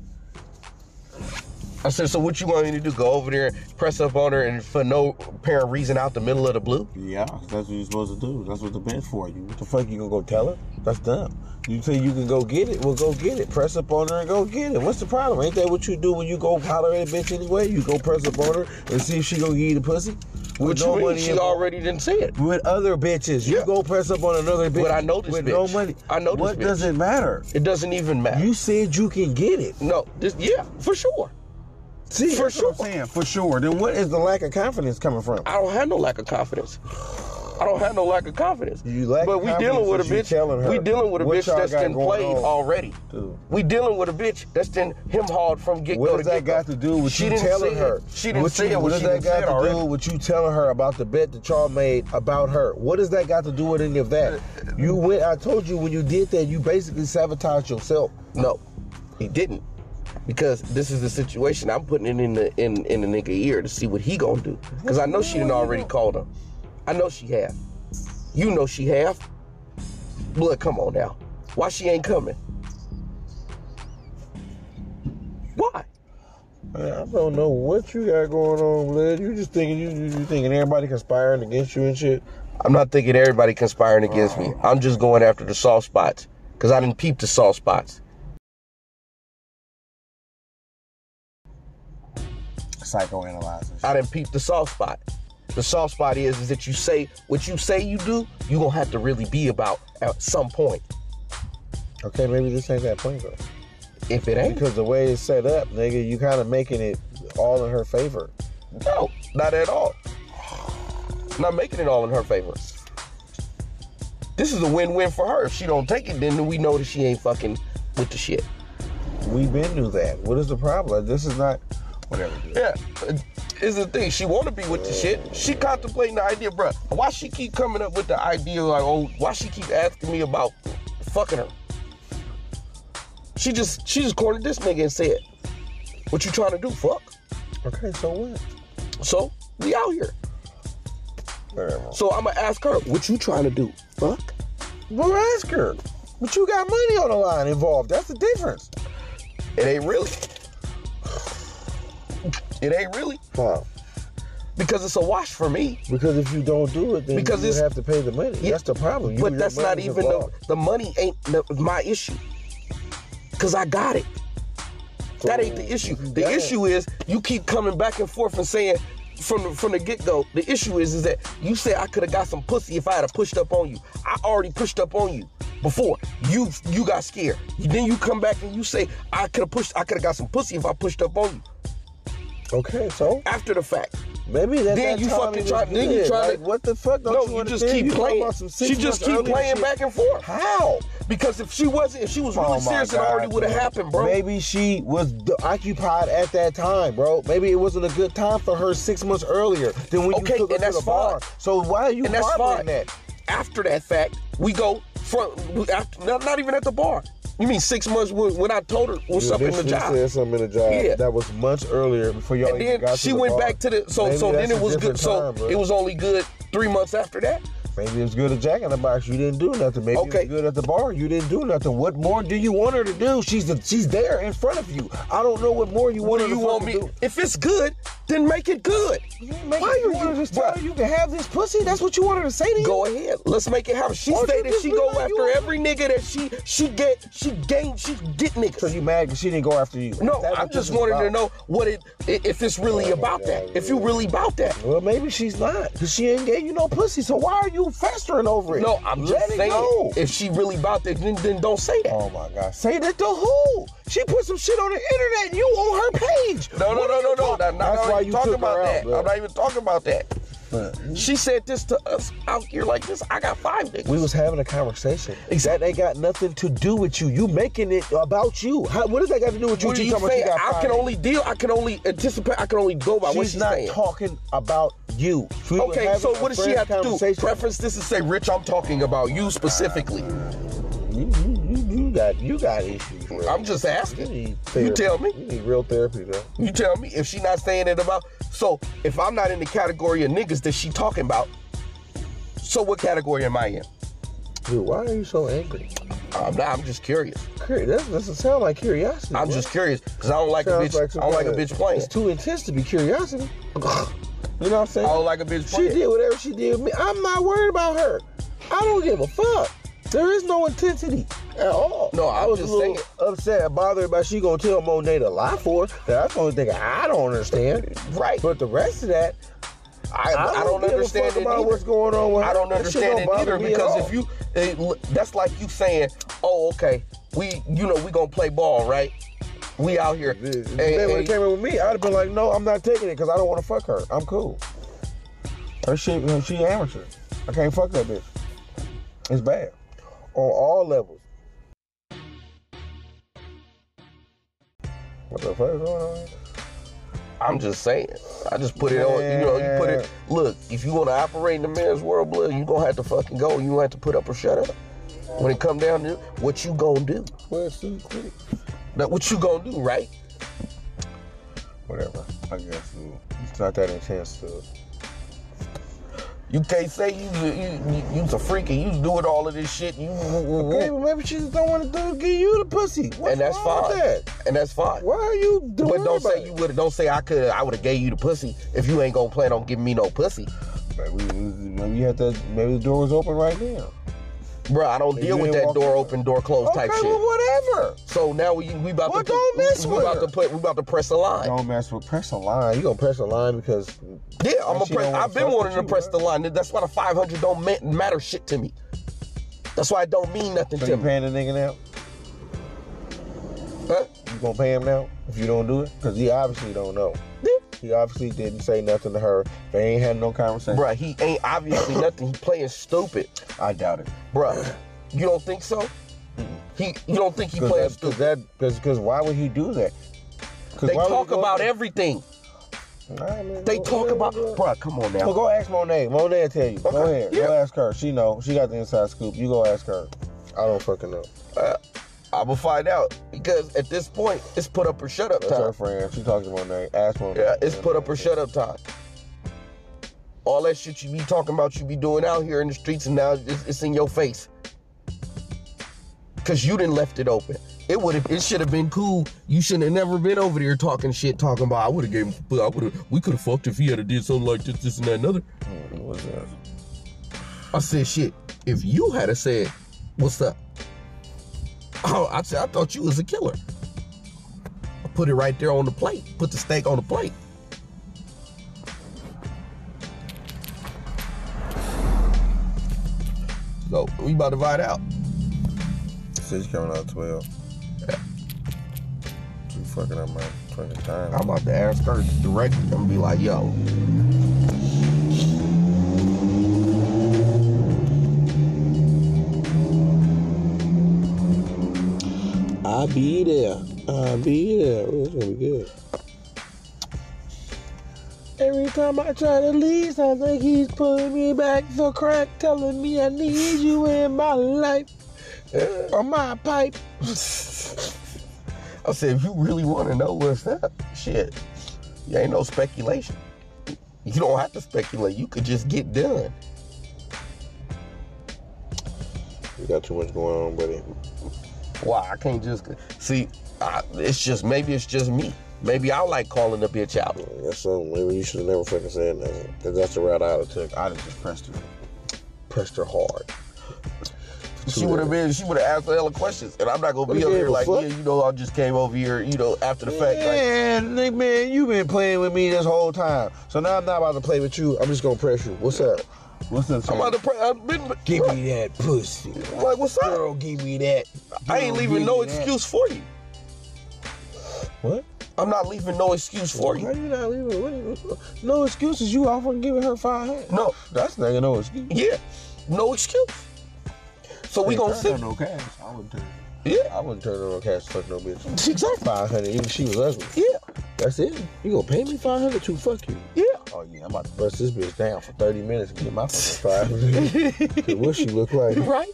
S3: I said, so what you want me to do? Go over there, press up on her, and for no apparent reason out the middle of the blue?
S4: Yeah, 'cause that's what you're supposed to do. That's what the bet's for. You, what the fuck you gonna go tell her? That's dumb. You say you can go get it. Well, go get it. Press up on her and go get it. What's the problem? Ain't that what you do when you go holler at a bitch anyway? You go press up on her and see if she gonna give you the pussy. With
S3: What you
S4: no
S3: mean?
S4: money
S3: She
S4: involved.
S3: already didn't see it.
S4: with other bitches. You
S3: Yeah.
S4: go press up on another bitch.
S3: I know this
S4: with no
S3: bitch.
S4: money.
S3: I know this
S4: What
S3: bitch.
S4: does it matter?
S3: It doesn't even matter.
S4: You said you can get it.
S3: no, this, yeah, for sure.
S4: See,
S3: For
S4: that's what
S3: sure.
S4: I'm saying. For sure. Then what is the lack of confidence coming from?
S3: I don't have no lack of confidence. I don't have no lack of confidence.
S4: You lack
S3: but we
S4: confidence
S3: dealing with a
S4: is you
S3: bitch.
S4: telling her
S3: we dealing with a
S4: what
S3: bitch
S4: y'all
S3: that's
S4: got
S3: been
S4: going
S3: played
S4: on.
S3: already.
S4: Dude.
S3: We dealing with a bitch that's been him hauled from get go.
S4: What does that got to do with
S3: she
S4: you
S3: didn't
S4: telling
S3: say
S4: her?
S3: It. She didn't
S4: what
S3: say
S4: you,
S3: it.
S4: What
S3: What
S4: does
S3: she
S4: that
S3: didn't say
S4: got
S3: it
S4: to do
S3: already.
S4: with you telling her about the bet that y'all made about her? What does that got to do with any of that? You went. I told you when you did that, you basically sabotaged yourself.
S3: No, he didn't. Because this is the situation. I'm putting it in the in in the nigga ear to see what he gonna do. Because I know she didn't already called him. I know she have. You know she have. Blood, come on now. Why she ain't coming? Why?
S4: Man, I don't know what you got going on, blood. You just thinking you, you, you thinking everybody conspiring against you and shit.
S3: I'm not thinking everybody conspiring against me. I'm just going after the soft spots because I didn't peep the soft spots.
S4: Psychoanalyzing.
S3: I didn't peep the soft spot. The soft spot is is that you say what you say you do. You gonna have to really be about at some point.
S4: Okay, maybe this ain't that point though.
S3: If it ain't,
S4: Because the way it's set up, nigga, you kind of making it all in her favor.
S3: no, not at all. Not making it all in her favor. This is a win-win for her. If she don't take it, then we know that she ain't fucking with the shit.
S4: We been knew that. What is the problem? This is not. Whatever. dude.
S3: Yeah, is the thing. She want to be with the shit. She contemplating the idea, bruh. Why she keep coming up with the idea like, oh, why she keep asking me about fucking her? She just she just cornered this nigga and said, "What you trying to do, fuck?"
S4: Okay, so what?
S3: So We out here.
S4: Whatever.
S3: So I'ma ask her, what you trying to do? Fuck.
S4: Well, ask her. But you got money on the line involved. That's the difference.
S3: It ain't really. It ain't really
S4: Wow.
S3: because it's a wash for me.
S4: Because if you don't do it, then
S3: Because
S4: because you
S3: it's-
S4: have to pay the money.
S3: Yeah.
S4: that's the problem. You-
S3: but
S4: your
S3: that's not
S4: money's
S3: even the,
S4: involved.
S3: the money ain't the, my issue because i got it that ain't the issue the
S4: Damn.
S3: issue is you keep coming back and forth and saying from the, from the get-go the issue is is that you said i could have got some pussy if i had a pushed up on you i already pushed up on you before you you got scared then you come back and you say i could have pushed i could have got some pussy if i pushed up on you
S4: Okay, so
S3: after the fact
S4: maybe that's
S3: Then
S4: that
S3: you
S4: time
S3: fucking
S4: it was
S3: try- then you
S4: good.
S3: try to-
S4: like, What the fuck? Don't
S3: no,
S4: you,
S3: you just
S4: understand?
S3: keep
S4: You talking
S3: playing.
S4: about some six
S3: She just
S4: months
S3: keep
S4: earlier
S3: playing
S4: shit.
S3: back and forth.
S4: How?
S3: Because if she wasn't, if she was really
S4: Oh my
S3: serious, it
S4: God,
S3: already would have
S4: bro.
S3: happened, bro.
S4: Maybe she was d- occupied at that time, bro. Maybe it wasn't a good time for her six months earlier than when
S3: Okay,
S4: you took her
S3: and
S4: to
S3: that's
S4: the bar.
S3: fine.
S4: So why are you
S3: And that's
S4: harboring
S3: fine.
S4: that?
S3: after that fact, we go from we- after, not, not even at the bar. You mean six months when, when I told her what's
S4: You
S3: up in the
S4: initially
S3: job?
S4: Said something in the job
S3: Yeah.
S4: that was months earlier before y'all
S3: and
S4: even got
S3: then
S4: to
S3: she
S4: the
S3: went
S4: bar.
S3: back to the so
S4: Maybe
S3: so then
S4: that's
S3: it
S4: a
S3: was good.
S4: different
S3: so
S4: time, bro.
S3: it was only good three months after that.
S4: Maybe it was good at Jack in the Box. You didn't do nothing. Maybe it
S3: Okay.
S4: was good at the bar. You didn't do nothing. What more do you want her to do? She's the, she's there in front of you. I don't know what more you
S3: What
S4: want
S3: do
S4: her
S3: you
S4: to
S3: want me?
S4: fucking
S3: If it's good, then make it good.
S4: do. You make-
S3: Why
S4: you
S3: are
S4: want
S3: you-
S4: her to tell
S3: bruh.
S4: her you can have this pussy? That's what you want her to say to you?
S3: Go ahead. Let's make it happen. She
S4: Why don't you
S3: stated
S4: just
S3: she
S4: be
S3: go
S4: like you
S3: after
S4: are?
S3: every nigga that she she get she gained she get niggas.
S4: So you mad because she didn't go after you?
S3: no,
S4: Is that
S3: I
S4: what this
S3: just
S4: is
S3: wanted to
S4: about?
S3: know what it i- if it's really about that. If you really about that.
S4: Well, maybe she's not because she ain't gave you no pussy. So why are you festering over it?
S3: No, I'm
S4: Let
S3: just
S4: it
S3: saying.
S4: go.
S3: If she really about that, then, then don't say that.
S4: Oh my God! Say that to who? She put some shit on the internet. and You on her page?
S3: No, no,
S4: What
S3: no,
S4: are
S3: no, no.
S4: you talking-
S3: That's not
S4: That's
S3: even
S4: why you
S3: talking
S4: took
S3: about
S4: her out,
S3: that.
S4: bro.
S3: I'm not even talking about that. She said this to us out here like this. I got five niggas.
S4: We was having a conversation. That ain't got nothing to do with you. You making it about you. How, what does that got to do with you?
S3: what do
S4: She
S3: you
S4: talking about
S3: say?
S4: got
S3: I can
S4: fired.
S3: only deal. I can only anticipate. I can only go by what
S4: She's
S3: she's
S4: not
S3: saying.
S4: talking about you. We were
S3: Okay,
S4: having
S3: so
S4: a
S3: what does she
S4: friend
S3: have to do?
S4: conversation.
S3: Preference this and say, Rich, I'm talking about you specifically.
S4: You, you, you, you got you got issues. Bro.
S3: I'm just
S4: You
S3: asking.
S4: need
S3: You
S4: therapy.
S3: tell me.
S4: You need real therapy, bro.
S3: You tell me if she not saying it about. So if I'm not in the category of niggas that she talking about, so what category am I in?
S4: Dude, why are you so angry?
S3: I'm, not, I'm just curious.
S4: Curi- That doesn't sound like curiosity.
S3: I'm
S4: bro.
S3: just curious because I don't like a
S4: Sounds
S3: bitch. I don't like a
S4: some-
S3: bitch playing.
S4: It's too intense to be curiosity. *laughs* you know what I'm
S3: I
S4: saying?
S3: don't like a bitch
S4: She
S3: playing.
S4: did whatever she did with me. I'm not worried about her. I don't give a fuck. There is no intensity at all.
S3: No,
S4: I
S3: I'm
S4: was
S3: just
S4: a little
S3: saying-
S4: upset and bothered about she gonna tell Monet to lie for her. That's the only thing I don't understand.
S3: Right.
S4: But the rest of that,
S3: I,
S4: I,
S3: I don't
S4: give a
S3: understand
S4: fuck
S3: it
S4: about
S3: either.
S4: what's going on with her.
S3: I don't
S4: That shit
S3: understand it
S4: don't bother
S3: either
S4: me at
S3: because
S4: all.
S3: if you, it, l- that's like you saying, oh okay, we you know we gonna play ball right? We out here. Eh,
S4: If
S3: And-
S4: they would
S3: and-
S4: have came in with me, I'd have been like, no, I'm not taking it because I don't want to fuck her. I'm cool. Her shit, her- she amateur. I can't fuck that bitch. It's bad on all levels. What the fuck is going on?
S3: I'm just saying. I just put it on. You know, you put it. Look, if you wanna operate in the man's world, blood, you gonna have to fucking go. You gonna have to put up or shut up. When it come down to what you gonna do,
S4: Well, too quick.
S3: now what you gonna do, right?
S4: Whatever. I guess uh, it's not that intense to.
S3: You can't say you you you, you, you's a freak and you doing all of this shit. You
S4: Okay, but maybe she just don't want to give you the pussy. What's
S3: and that's
S4: wrong
S3: fine.
S4: with that?
S3: And that's fine.
S4: Why are you doing
S3: But don't say you would. Don't say I could. I would have gave you the pussy if you ain't gonna plan on giving me no pussy,
S4: Maybe, maybe you have to. Maybe the door is open right now.
S3: Bruh, I don't
S4: You
S3: deal with
S4: didn't
S3: that
S4: walk
S3: door
S4: in.
S3: open, door closed
S4: Okay,
S3: type shit.
S4: well, whatever.
S3: so now we we about
S4: Well,
S3: to
S4: don't
S3: we-
S4: mess
S3: we,
S4: with
S3: about
S4: her.
S3: to put we about to press a line.
S4: Don't mess with press a line. You gonna press a line because
S3: Yeah, I'm
S4: But
S3: gonna
S4: she
S3: press.
S4: don't wanna
S3: I've been
S4: fuck
S3: wanting
S4: with
S3: to
S4: you,
S3: press
S4: bruh.
S3: the line. That's why the 500 don't ma- matter shit to me. That's why it don't mean nothing
S4: so
S3: to
S4: you
S3: me.
S4: paying the nigga now.
S3: Huh?
S4: You gonna pay him now if you don't do it? Because he obviously don't know.
S3: Yeah.
S4: He obviously didn't say nothing to her. They ain't had no conversation.
S3: Bruh, he ain't obviously nothing. He playing stupid,
S4: I doubt it.
S3: bruh. You don't think so? He, you don't think he playing
S4: Because
S3: stupid?
S4: that, because why would he do that? 'Cause
S3: They
S4: why would
S3: talk
S4: he go-
S3: about everything.
S4: Nah, man,
S3: They
S4: go-
S3: talk
S4: go-
S3: about,
S4: go-
S3: bruh. Come on
S4: Well,
S3: now.
S4: go ask Monet. Monet will tell you. Go
S3: Okay,
S4: ahead. Go
S3: yeah.
S4: ask her. She know. She got the inside scoop. You go ask her. I don't fucking know.
S3: I'm gonna find out because at this point, it's put up or shut up
S4: That's her
S3: time.
S4: friend. She talks to Monet. Ask Monet.
S3: Yeah, it's put up or shut up time. all that shit you be talking about, you be doing out here in the streets, and now it's, it's in your face. Cause you didn't left it open. It would have. It should have been cool. You shouldn't have never been over there talking shit, talking about I would have gave. him- I would have. We could have fucked if he had have did something like this, this, and that, and other.
S4: Mm, What's that?
S3: I said, shit, if you had a said, what's up? Oh, I said, I thought you was a killer. I put it right there on the plate. Put the steak on the plate. So we about to divide out.
S4: Shit's coming out 12. You fucking up my fucking time.
S3: I'm about to ask her directly. I'm gonna be like, yo.
S1: I'll be there. I'll be there. Ooh, It's gonna be good. Every time I try to leave something, he's pulling me back for crack, telling me I need you in my life or my pipe.
S3: I said, if you really want to know what's up, shit, you ain't no speculation. You don't have to speculate. You could just get done.
S1: You got too much going on, buddy.
S3: Why I can't just see? I, it's just maybe it's just me. Maybe I like calling a bitch out.
S1: That's something. Maybe you should have never fucking said nothing. Cause that's the route I'd have took.
S4: I'd have just pressed it.
S3: Pressed her hard. She would have been. She would have asked a hella questions, and I'm not gonna be
S1: Who
S3: over here
S1: gave a
S3: like,
S1: fuck?
S3: yeah, you know, I just came over here, you know, after the fact. Like,
S4: Man, Nick, man, you been playing with me this whole time. So now I'm not about to play with you. I'm just gonna press you. What's up? What's up?
S3: I'm about to. Pre- I've been.
S1: Give me that pussy.
S3: Like, what's up?
S1: Girl, give me that.
S3: I ain't leaving no excuse for you.
S1: What?
S3: I'm not leaving no excuse for
S1: How
S3: you.
S1: you not leaving? What you- No excuses. You off on giving her five hands.
S3: No.
S4: That's not no excuse.
S3: Yeah. No excuse. So we gonna sit.
S4: no cash. I wouldn't turn.
S3: Yeah.
S4: I wouldn't turn no cash. Fuck no bitch.
S3: Exactly.
S4: Five hundred. Even if she was ugly.
S3: Yeah.
S4: That's it.
S1: You gonna pay me five hundred to fuck you?
S3: Yeah.
S4: Oh yeah, I'm about to bust this bitch down for thirty minutes and get my fucking five hundred.
S1: Cause what she look like?
S3: Right.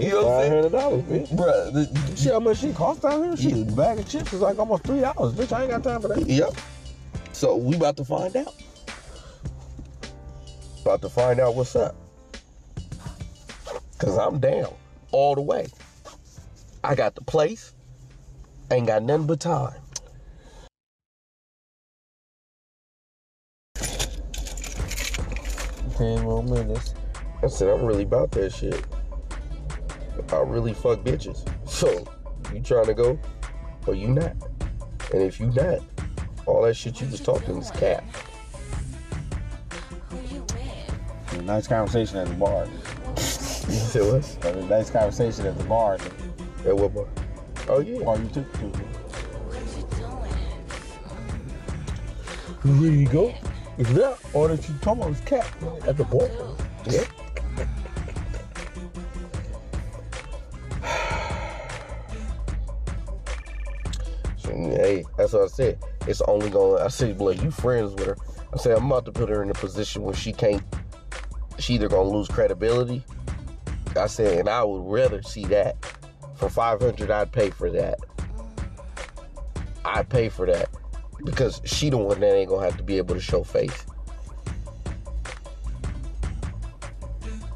S3: You know what I'm
S4: Five
S3: saying,
S4: hundred dollars, bitch.
S3: Bruh, the-
S4: See how much she cost out here? Shit, a bag of chips is like almost three dollars, bitch. I ain't got time for that.
S3: Yep. So we about to find out. About to find out what's up. Cause I'm down all the way. I got the place. Ain't got nothing but time.
S4: Ten more minutes.
S3: I said I'm really about that shit. I really fuck bitches. *laughs* So you trying to go or you not? And if you not, all that shit you was talking is cap. *laughs*
S4: Nice conversation at the bar.
S3: You said what?
S4: That was a nice conversation at the bar.
S3: At what bar? Oh yeah.
S4: Or you took to.
S3: You ready to go?
S4: Yeah, or that you told me was cat at the bar.
S3: Yeah. *sighs* So, Hey, that's what I said. It's only going. I said, "Look, you friends with her." I said, "I'm about to put her in a position where she can't. She either gonna lose credibility." I said, "And I would rather see that. For 500, I'd pay for that. I'd pay for that because she the one that ain't gonna have to be able to show face."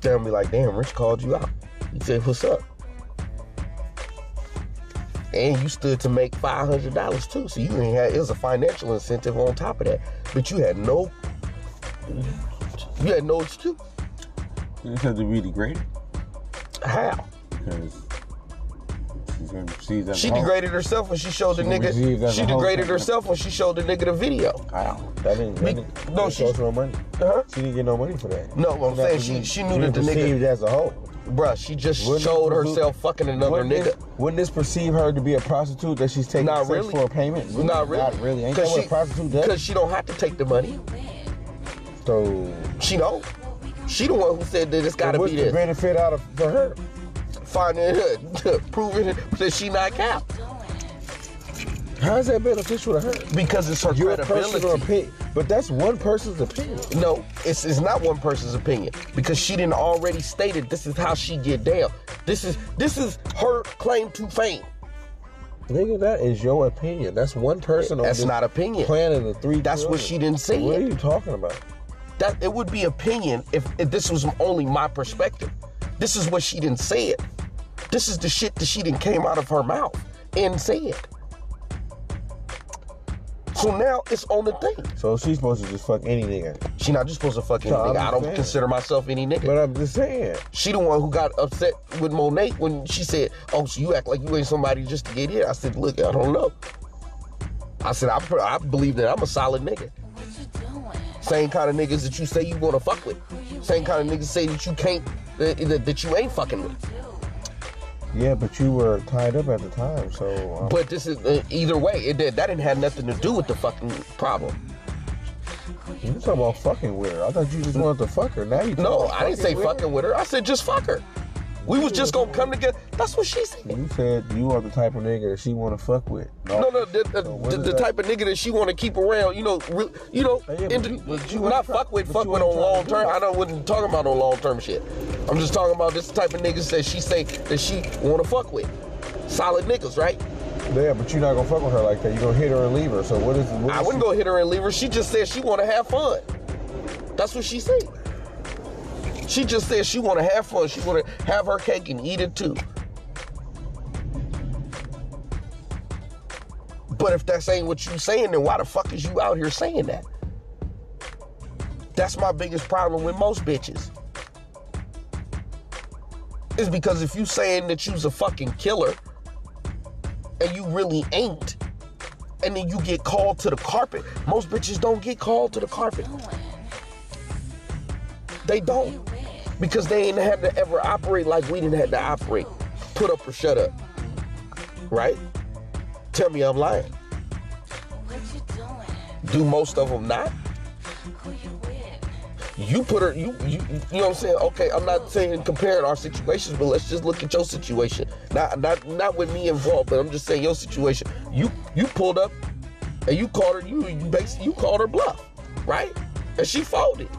S3: They'll be like, damn, Rich called you out. You said, what's up? And you stood to make five hundred dollars too, so you ain't had. It was a financial incentive on top of that, but you had no, you had no excuse.
S4: This has to be degraded
S3: How
S4: because she's gonna perceive that.
S3: she degraded herself when she showed the
S4: She received
S3: nigga.
S4: as
S3: She
S4: a hoe.
S3: degraded herself when she showed the nigga the video. Uh-huh.
S4: How? That didn't.
S3: Me-
S4: That didn't
S3: no,
S4: that
S3: she-
S4: cost no money.
S3: Huh?
S4: She didn't get no money for that.
S3: No, what I'm saying she she knew that the nigga,
S4: perceived as a hoe.
S3: bruh, she just
S4: Wouldn't-
S3: showed herself fucking another
S4: Wouldn't this,
S3: nigga.
S4: wouldn't this perceive her to be a prostitute that she's taking
S3: Not
S4: sex
S3: really.
S4: for a payment?
S3: Not really,
S4: Not really. Ain't that
S3: Cause
S4: what
S3: she-
S4: a prostitute
S3: Cause
S4: does?
S3: she don't have to take the money.
S4: So
S3: She don't. She the one who said that it's gotta
S4: what's
S3: be
S4: the
S3: this.
S4: benefit out of for her?
S3: finding her, *laughs* proving that she not cap
S4: How is that beneficial to her?
S3: because it's her
S4: Your personal
S3: credibility.
S4: opinion, but that's one person's opinion.
S3: No, it's, it's not one person's opinion because she didn't already stated this is how she get down. This is this is her claim to fame.
S4: Nigga, that is your opinion. That's one person on
S3: That's
S4: this
S3: not opinion.
S4: planet of three.
S3: That's what
S4: trillion.
S3: she didn't say
S4: What are
S3: yet.
S4: you talking about?
S3: That it would be opinion if, if this was only my perspective. This is what she didn't say it. This is the shit that she didn't came out of her mouth and said. So now it's on the thing.
S4: So she's supposed to just fuck any nigga.
S3: She not just supposed to fuck any
S4: No, I'm
S3: nigga. I don't
S4: saying.
S3: consider myself any nigga.
S4: But I'm just saying.
S3: She the one who got upset with Monet when she said, "Oh, so you act like you ain't somebody just to get in." I said, "Look, I don't know." I said, "I, pr- I believe that I'm a solid nigga. Same kind of niggas that you say you want to fuck with. Same kind of niggas say that you can't, that, that, that you ain't fucking with.
S4: Yeah, but you were tied up at the time, so. um,
S3: But this is uh, either way. It did. That didn't have nothing to do with the fucking problem.
S4: You talking about fucking with her? I thought you just wanted to fuck her. Now you talking
S3: No,
S4: about
S3: I didn't say
S4: with
S3: fucking with her. I said just fuck her. We was just gonna come together. That's what she
S4: her.
S3: said.
S4: You said you are the type of nigga that she want to fuck with.
S3: No, no, the, the,
S4: So what
S3: the,
S4: is
S3: the
S4: that?
S3: type of nigga that she want to keep around, you know, re, you know,
S4: Yeah, but
S3: into-
S4: you- but you
S3: not
S4: ain't try-
S3: fuck with,
S4: but
S3: fuck
S4: you
S3: with
S4: ain't
S3: on
S4: trying to
S3: long
S4: do
S3: term.
S4: that.
S3: I don't wasn't talking about on long term shit. I'm just talking about this type of niggas that she say that she want to fuck with, solid niggas, right?
S4: Yeah, but you're not gonna fuck with her like that. You're gonna hit her and leave her. So what is? What
S3: I wouldn't go hit her and leave her. She just said she want to have fun. That's what she said. She just said she want to have fun. She want to have her cake and eat it too. But if that's ain't what you saying, then why the fuck is you out here saying that? That's my biggest problem with most bitches. Is because if you saying that you's a fucking killer and you really ain't, and then you get called to the carpet. Most bitches don't get called to the carpet. They don't. Because they ain't had to ever operate like we didn't have to operate. Put up or shut up. Right? Tell me I'm lying. Do most of them not? You put her, you, you, you know what I'm saying? Okay, I'm not saying comparing our situations, but let's just look at your situation. Not, not, not with me involved, but I'm just saying your situation. You, you pulled up, and you called her. You, you basically, you called her bluff, right? And she folded.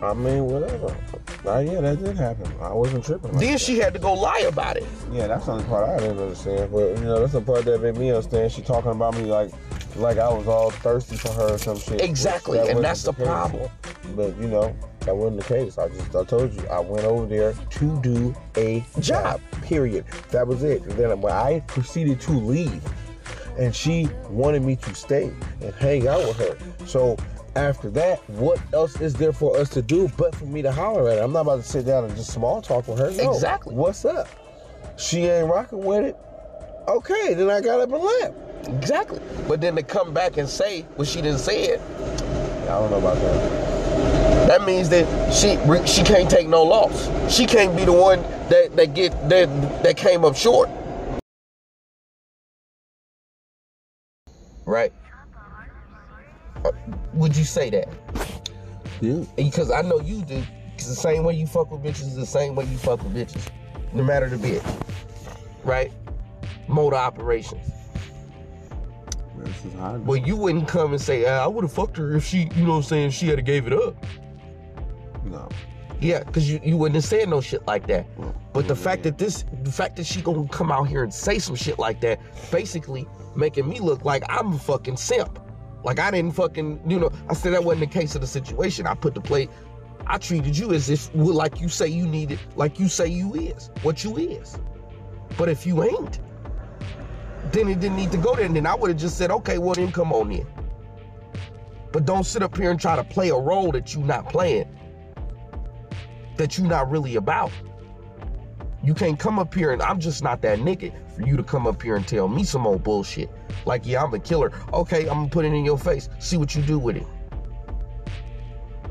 S4: I mean, whatever. Uh, yeah, that did happen. I wasn't tripping. Like
S3: Then
S4: that.
S3: she had to go lie about it.
S4: Yeah, that's the only part I didn't understand. But you know, that's the part that made me understand. She talking about me like, like I was all thirsty for her or some shit. which
S3: Exactly,
S4: that
S3: and
S4: wasn't
S3: that's the
S4: case.
S3: problem.
S4: But you know, that wasn't the case. I just, I told you, I went over there to do a
S3: Job.
S4: job. Period. That was it. And then when I proceeded to leave, and she wanted me to stay and hang out with her. So after that, what else is there for us to do but for me to holler at her? I'm not about to sit down and just small talk with her. No.
S3: Exactly.
S4: What's up? She ain't rocking with it. Okay, then I got up and left.
S3: Exactly. But then to come back and say what she didn't say it,
S4: I don't know about that.
S3: that means that she re- she can't take no loss. She can't be the one that that get that that came up short. Right? Uh, Would you say that?
S1: Yeah.
S3: Because I know you do. 'Cause the same way you fuck with bitches is the same way you fuck with bitches, no matter the bit. Right? Mode of operations.
S4: This is hot.
S3: But you wouldn't come and say, "Ah, I would have fucked her if she, you know what I'm saying, if she had gave it up.
S4: No.
S3: Yeah, because you, you wouldn't have said no shit like that. But the fact that this, the fact that she gonna come out here and say some shit like that, basically making me look like I'm a fucking simp. Like I didn't fucking, you know, I said that wasn't the case of the situation. I put the plate, I treated you as if, well, like you say you needed, like you say you is, what you is. But if you ain't, then it didn't need to go there. And then I would have just said, okay, well then come on in. But don't sit up here and try to play a role that you not playing that you're not really about. You can't come up here and I'm just not that nigga for you to come up here and tell me some old bullshit. Like, yeah, I'm a killer. Okay, I'm gonna put it in your face. See what you do with it.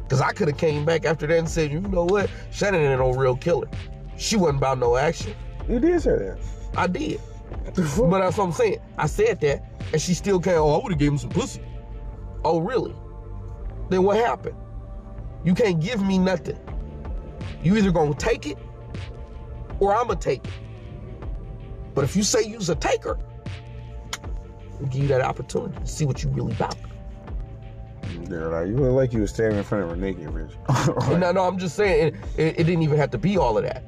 S3: Cause I could have came back after that and said, you know what? Shannon ain't no real killer. She wasn't about no action.
S4: You did say that.
S3: I did. But that's what I'm saying. I said that, and she still came. Oh, I would have gave him some pussy. Oh, really? Then what happened? You can't give me nothing. You either gonna take it, or I'ma take it. But if you say you's a taker, I'll give you that opportunity to see what you really about.
S4: They're like, you look like you was standing in front of her naked, *laughs*
S3: *laughs*
S4: bitch.
S3: No, no, I'm just saying it, it, it didn't even have to be all of that.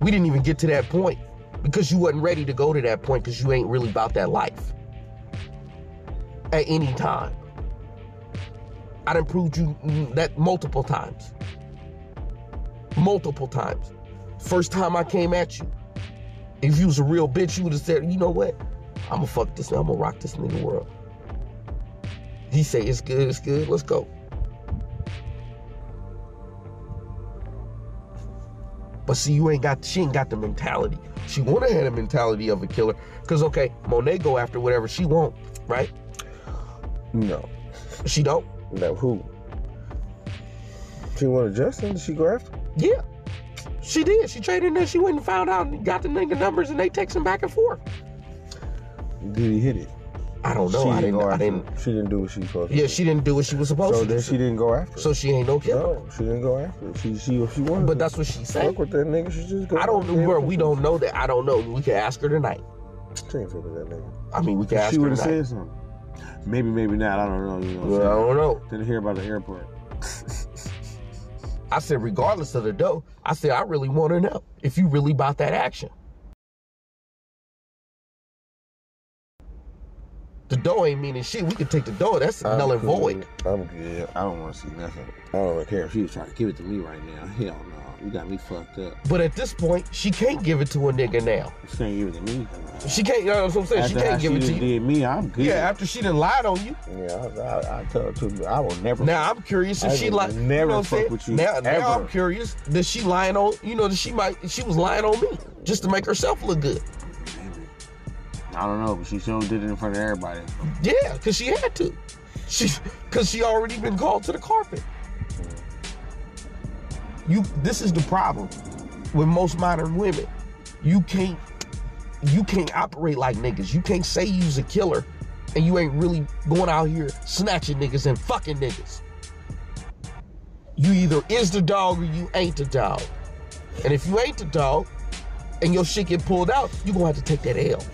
S3: We didn't even get to that point because you wasn't ready to go to that point because you ain't really about that life at any time. I done proved you that multiple times. Multiple times. First time I came at you, if you was a real bitch, you would have said, you know what? I'ma fuck this and I'ma rock this nigga world. He say it's good, it's good, let's go. But see, you ain't got she ain't got the mentality. She wanna have the mentality of a killer. Cause okay, Monet go after whatever she want, right?
S4: No.
S3: She don't.
S4: No, who? She wanted Justin. Did she go after? him?
S3: Yeah. She did. She traded in there. She went and found out and got the nigga numbers and they texting back and forth.
S4: Did he hit it?
S3: I don't know.
S4: she
S3: Oh, I didn't
S4: go
S3: I
S4: after
S3: didn't
S4: him. She didn't do what she was supposed to.
S3: Yeah,
S4: do.
S3: she didn't do what Oh, she was supposed
S4: So
S3: to do.
S4: then she didn't go after. him.
S3: So she ain't no killer.
S4: no, she didn't go after. him. She she she wanted.
S3: But
S4: to
S3: that's what she said.
S4: fuck with that nigga. She just. Go
S3: I don't
S4: after
S3: know
S4: him.
S3: where we don't know that. I don't know. We can ask her tonight.
S4: She ain't fuck with that nigga.
S3: I mean, we can ask
S7: she
S3: her
S7: would have
S3: tonight.
S7: said something. Maybe, maybe not. I don't know. You know
S3: Well,
S7: what
S3: I
S7: I'm
S3: don't know.
S7: saying? Didn't hear about the airport.
S3: I said, regardless of the dough, I said, I really want to know if you really bought that action. The dough ain't meaning shit. We could take the dough. That's
S4: I'm
S3: null and
S4: cool.
S3: void.
S4: I'm good.
S7: I don't want to see nothing.
S4: I don't really care.
S7: If she was trying to give it to me right now, hell no. You got me fucked up.
S3: But at this point, she can't give it to a nigga now.
S7: You can't give it to me.
S3: She can't, you know what I'm saying?
S7: After
S3: she
S7: how
S3: can't give it to
S7: done
S3: you.
S7: Did me? I'm good.
S8: Yeah, after she done lied on you.
S4: Yeah, I, I, I tell her to. I will never.
S3: Now I'm curious if
S4: I
S3: she
S4: will
S3: like
S4: never
S3: you know what I'm
S7: fuck
S3: saying?
S7: with you,
S3: Now, now
S7: ever.
S3: I'm curious that she lying on you know that she might she was lying on me just to make herself look good.
S7: I don't know, but she still did it in front of everybody.
S3: Yeah, cause she had to. She cause she already been called to the carpet. You this is the problem with most modern women. You can't you can't operate like niggas. You can't say you's a killer and you ain't really going out here snatching niggas and fucking niggas. You either is the dog or you ain't the dog. And if you ain't the dog and your shit get pulled out, you gonna have to take that L.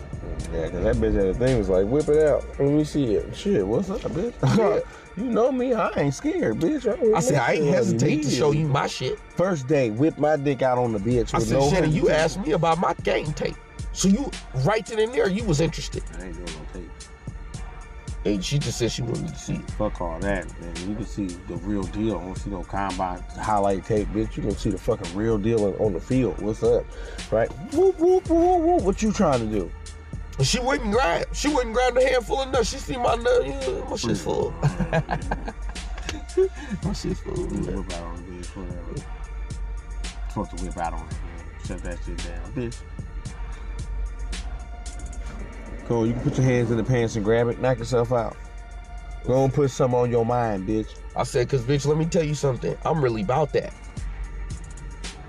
S4: Yeah, cause that bitch had a thing was like, whip it out. Let me see it. Shit, what's up, bitch? *laughs* you know me, I ain't scared, bitch.
S3: I said I ain't hesitate to show you my shit.
S4: First day, whip my dick out on the bitch
S3: I
S4: with
S3: said,
S4: no
S3: Shannon,
S4: hesitation.
S3: you asked me about my game tape. So you right then and there, you was interested.
S7: I ain't doing no tape.
S3: And she just said she wanted me to see it.
S7: Fuck all that, man. You can see the real deal. I don't see no combine.
S4: highlight tape, bitch. You gonna see the fucking real deal on- on the field. What's up, right? Whoop whoop whoop whoop. whoop. What you trying to do?
S3: And she wouldn't grab. She wouldn't grab the handful of nuts. She see my nut. Yeah, my shit's full. *laughs* my shit's full. man.
S7: Whip out on the bitch, whatever. Supposed to whip out on her. man. Shut that shit down, bitch.
S4: Go, you can put your hands in the pants and grab it. Knock yourself out. Go and put some on your mind, bitch.
S3: I said, cause bitch, let me tell you something. I'm really about that.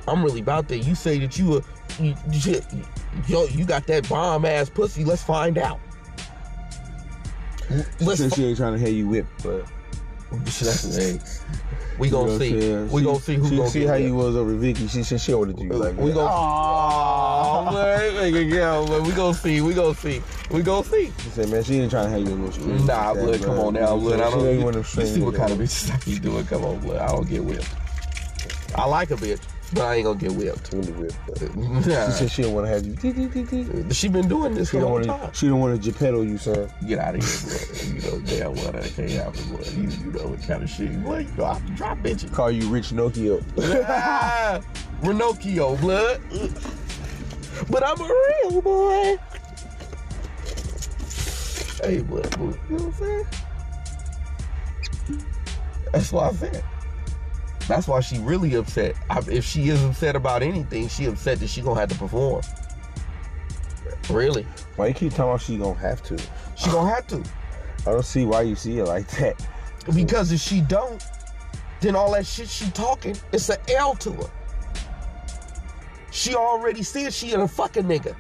S3: I'm really about that. You say that you a you, you, yo, you got that bomb ass pussy. Let's find out. Let's
S4: Since
S3: fi-
S4: she ain't trying to hear you whip, but
S3: That's an egg. We gonna
S4: You know what I'm
S3: see.
S4: saying?
S3: We gonna see who
S4: she
S3: gonna
S4: see
S3: get
S4: how
S3: it.
S4: you was over Vicky. She she showed it to you like
S3: We
S4: that.
S3: gonna.
S4: *laughs*
S3: Aww, man, nigga, yeah, but we gonna see. We gonna see. We gonna see.
S4: She said, man, she ain't trying to have your emotions.
S3: Nah, blood. Come on now, blood. I don't.
S4: want
S3: You see what kind of bitches I be doing? Come on, blood. I don't get whipped. I like a bitch, but I ain't gonna get whipped. *laughs*
S4: She
S3: Nah.
S4: said she don't want to have you. Dee, dee, dee, dee.
S3: She been doing this for
S4: She
S3: a
S4: don't
S3: long
S4: want
S3: time.
S4: to. She don't want to Geppetto you, son.
S3: Get out of here, blood. You know damn well that can't happen, blood. You, you know what kind of shit, blood. You know I drop bitches.
S4: Call you Rich Nokia.
S3: Ah, *laughs* Renokio blood. But I'm a real boy. Hey, blood, boo. You know what I'm saying? That's why I said. That's why she really upset. I, if she is upset about anything, she upset that she gonna have to perform. Really?
S4: Why you keep talking about she gonna have to?
S3: She gonna have to.
S4: I don't see why you see it like that.
S3: Because if she don't, then all that shit she talking, it's an L to her. She already said she a fucking nigga.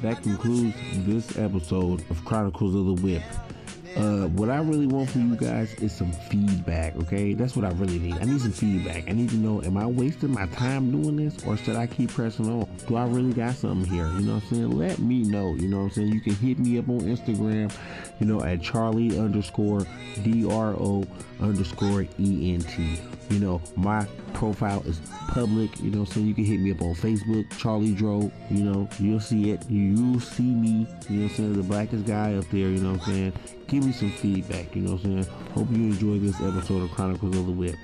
S9: that concludes this episode of Chronicles of the Whip. Uh, what I really want from you guys is some feedback, okay? That's what I really need. I need some feedback. I need to know, am I wasting my time doing this or should I keep pressing on? Do I really got something here? You know what I'm saying? Let me know. You know what I'm saying? You can hit me up on Instagram, you know, at Charlie underscore D R O underscore E N T. You know, my profile is public. You know what I'm saying? You can hit me up on Facebook, Charlie Dro. You know, you'll see it. You'll see me. You know what I'm saying? The blackest guy up there. You know what I'm saying? Give me some feedback. You know what I'm saying? Hope you enjoyed this episode of Chronicles of the Whip.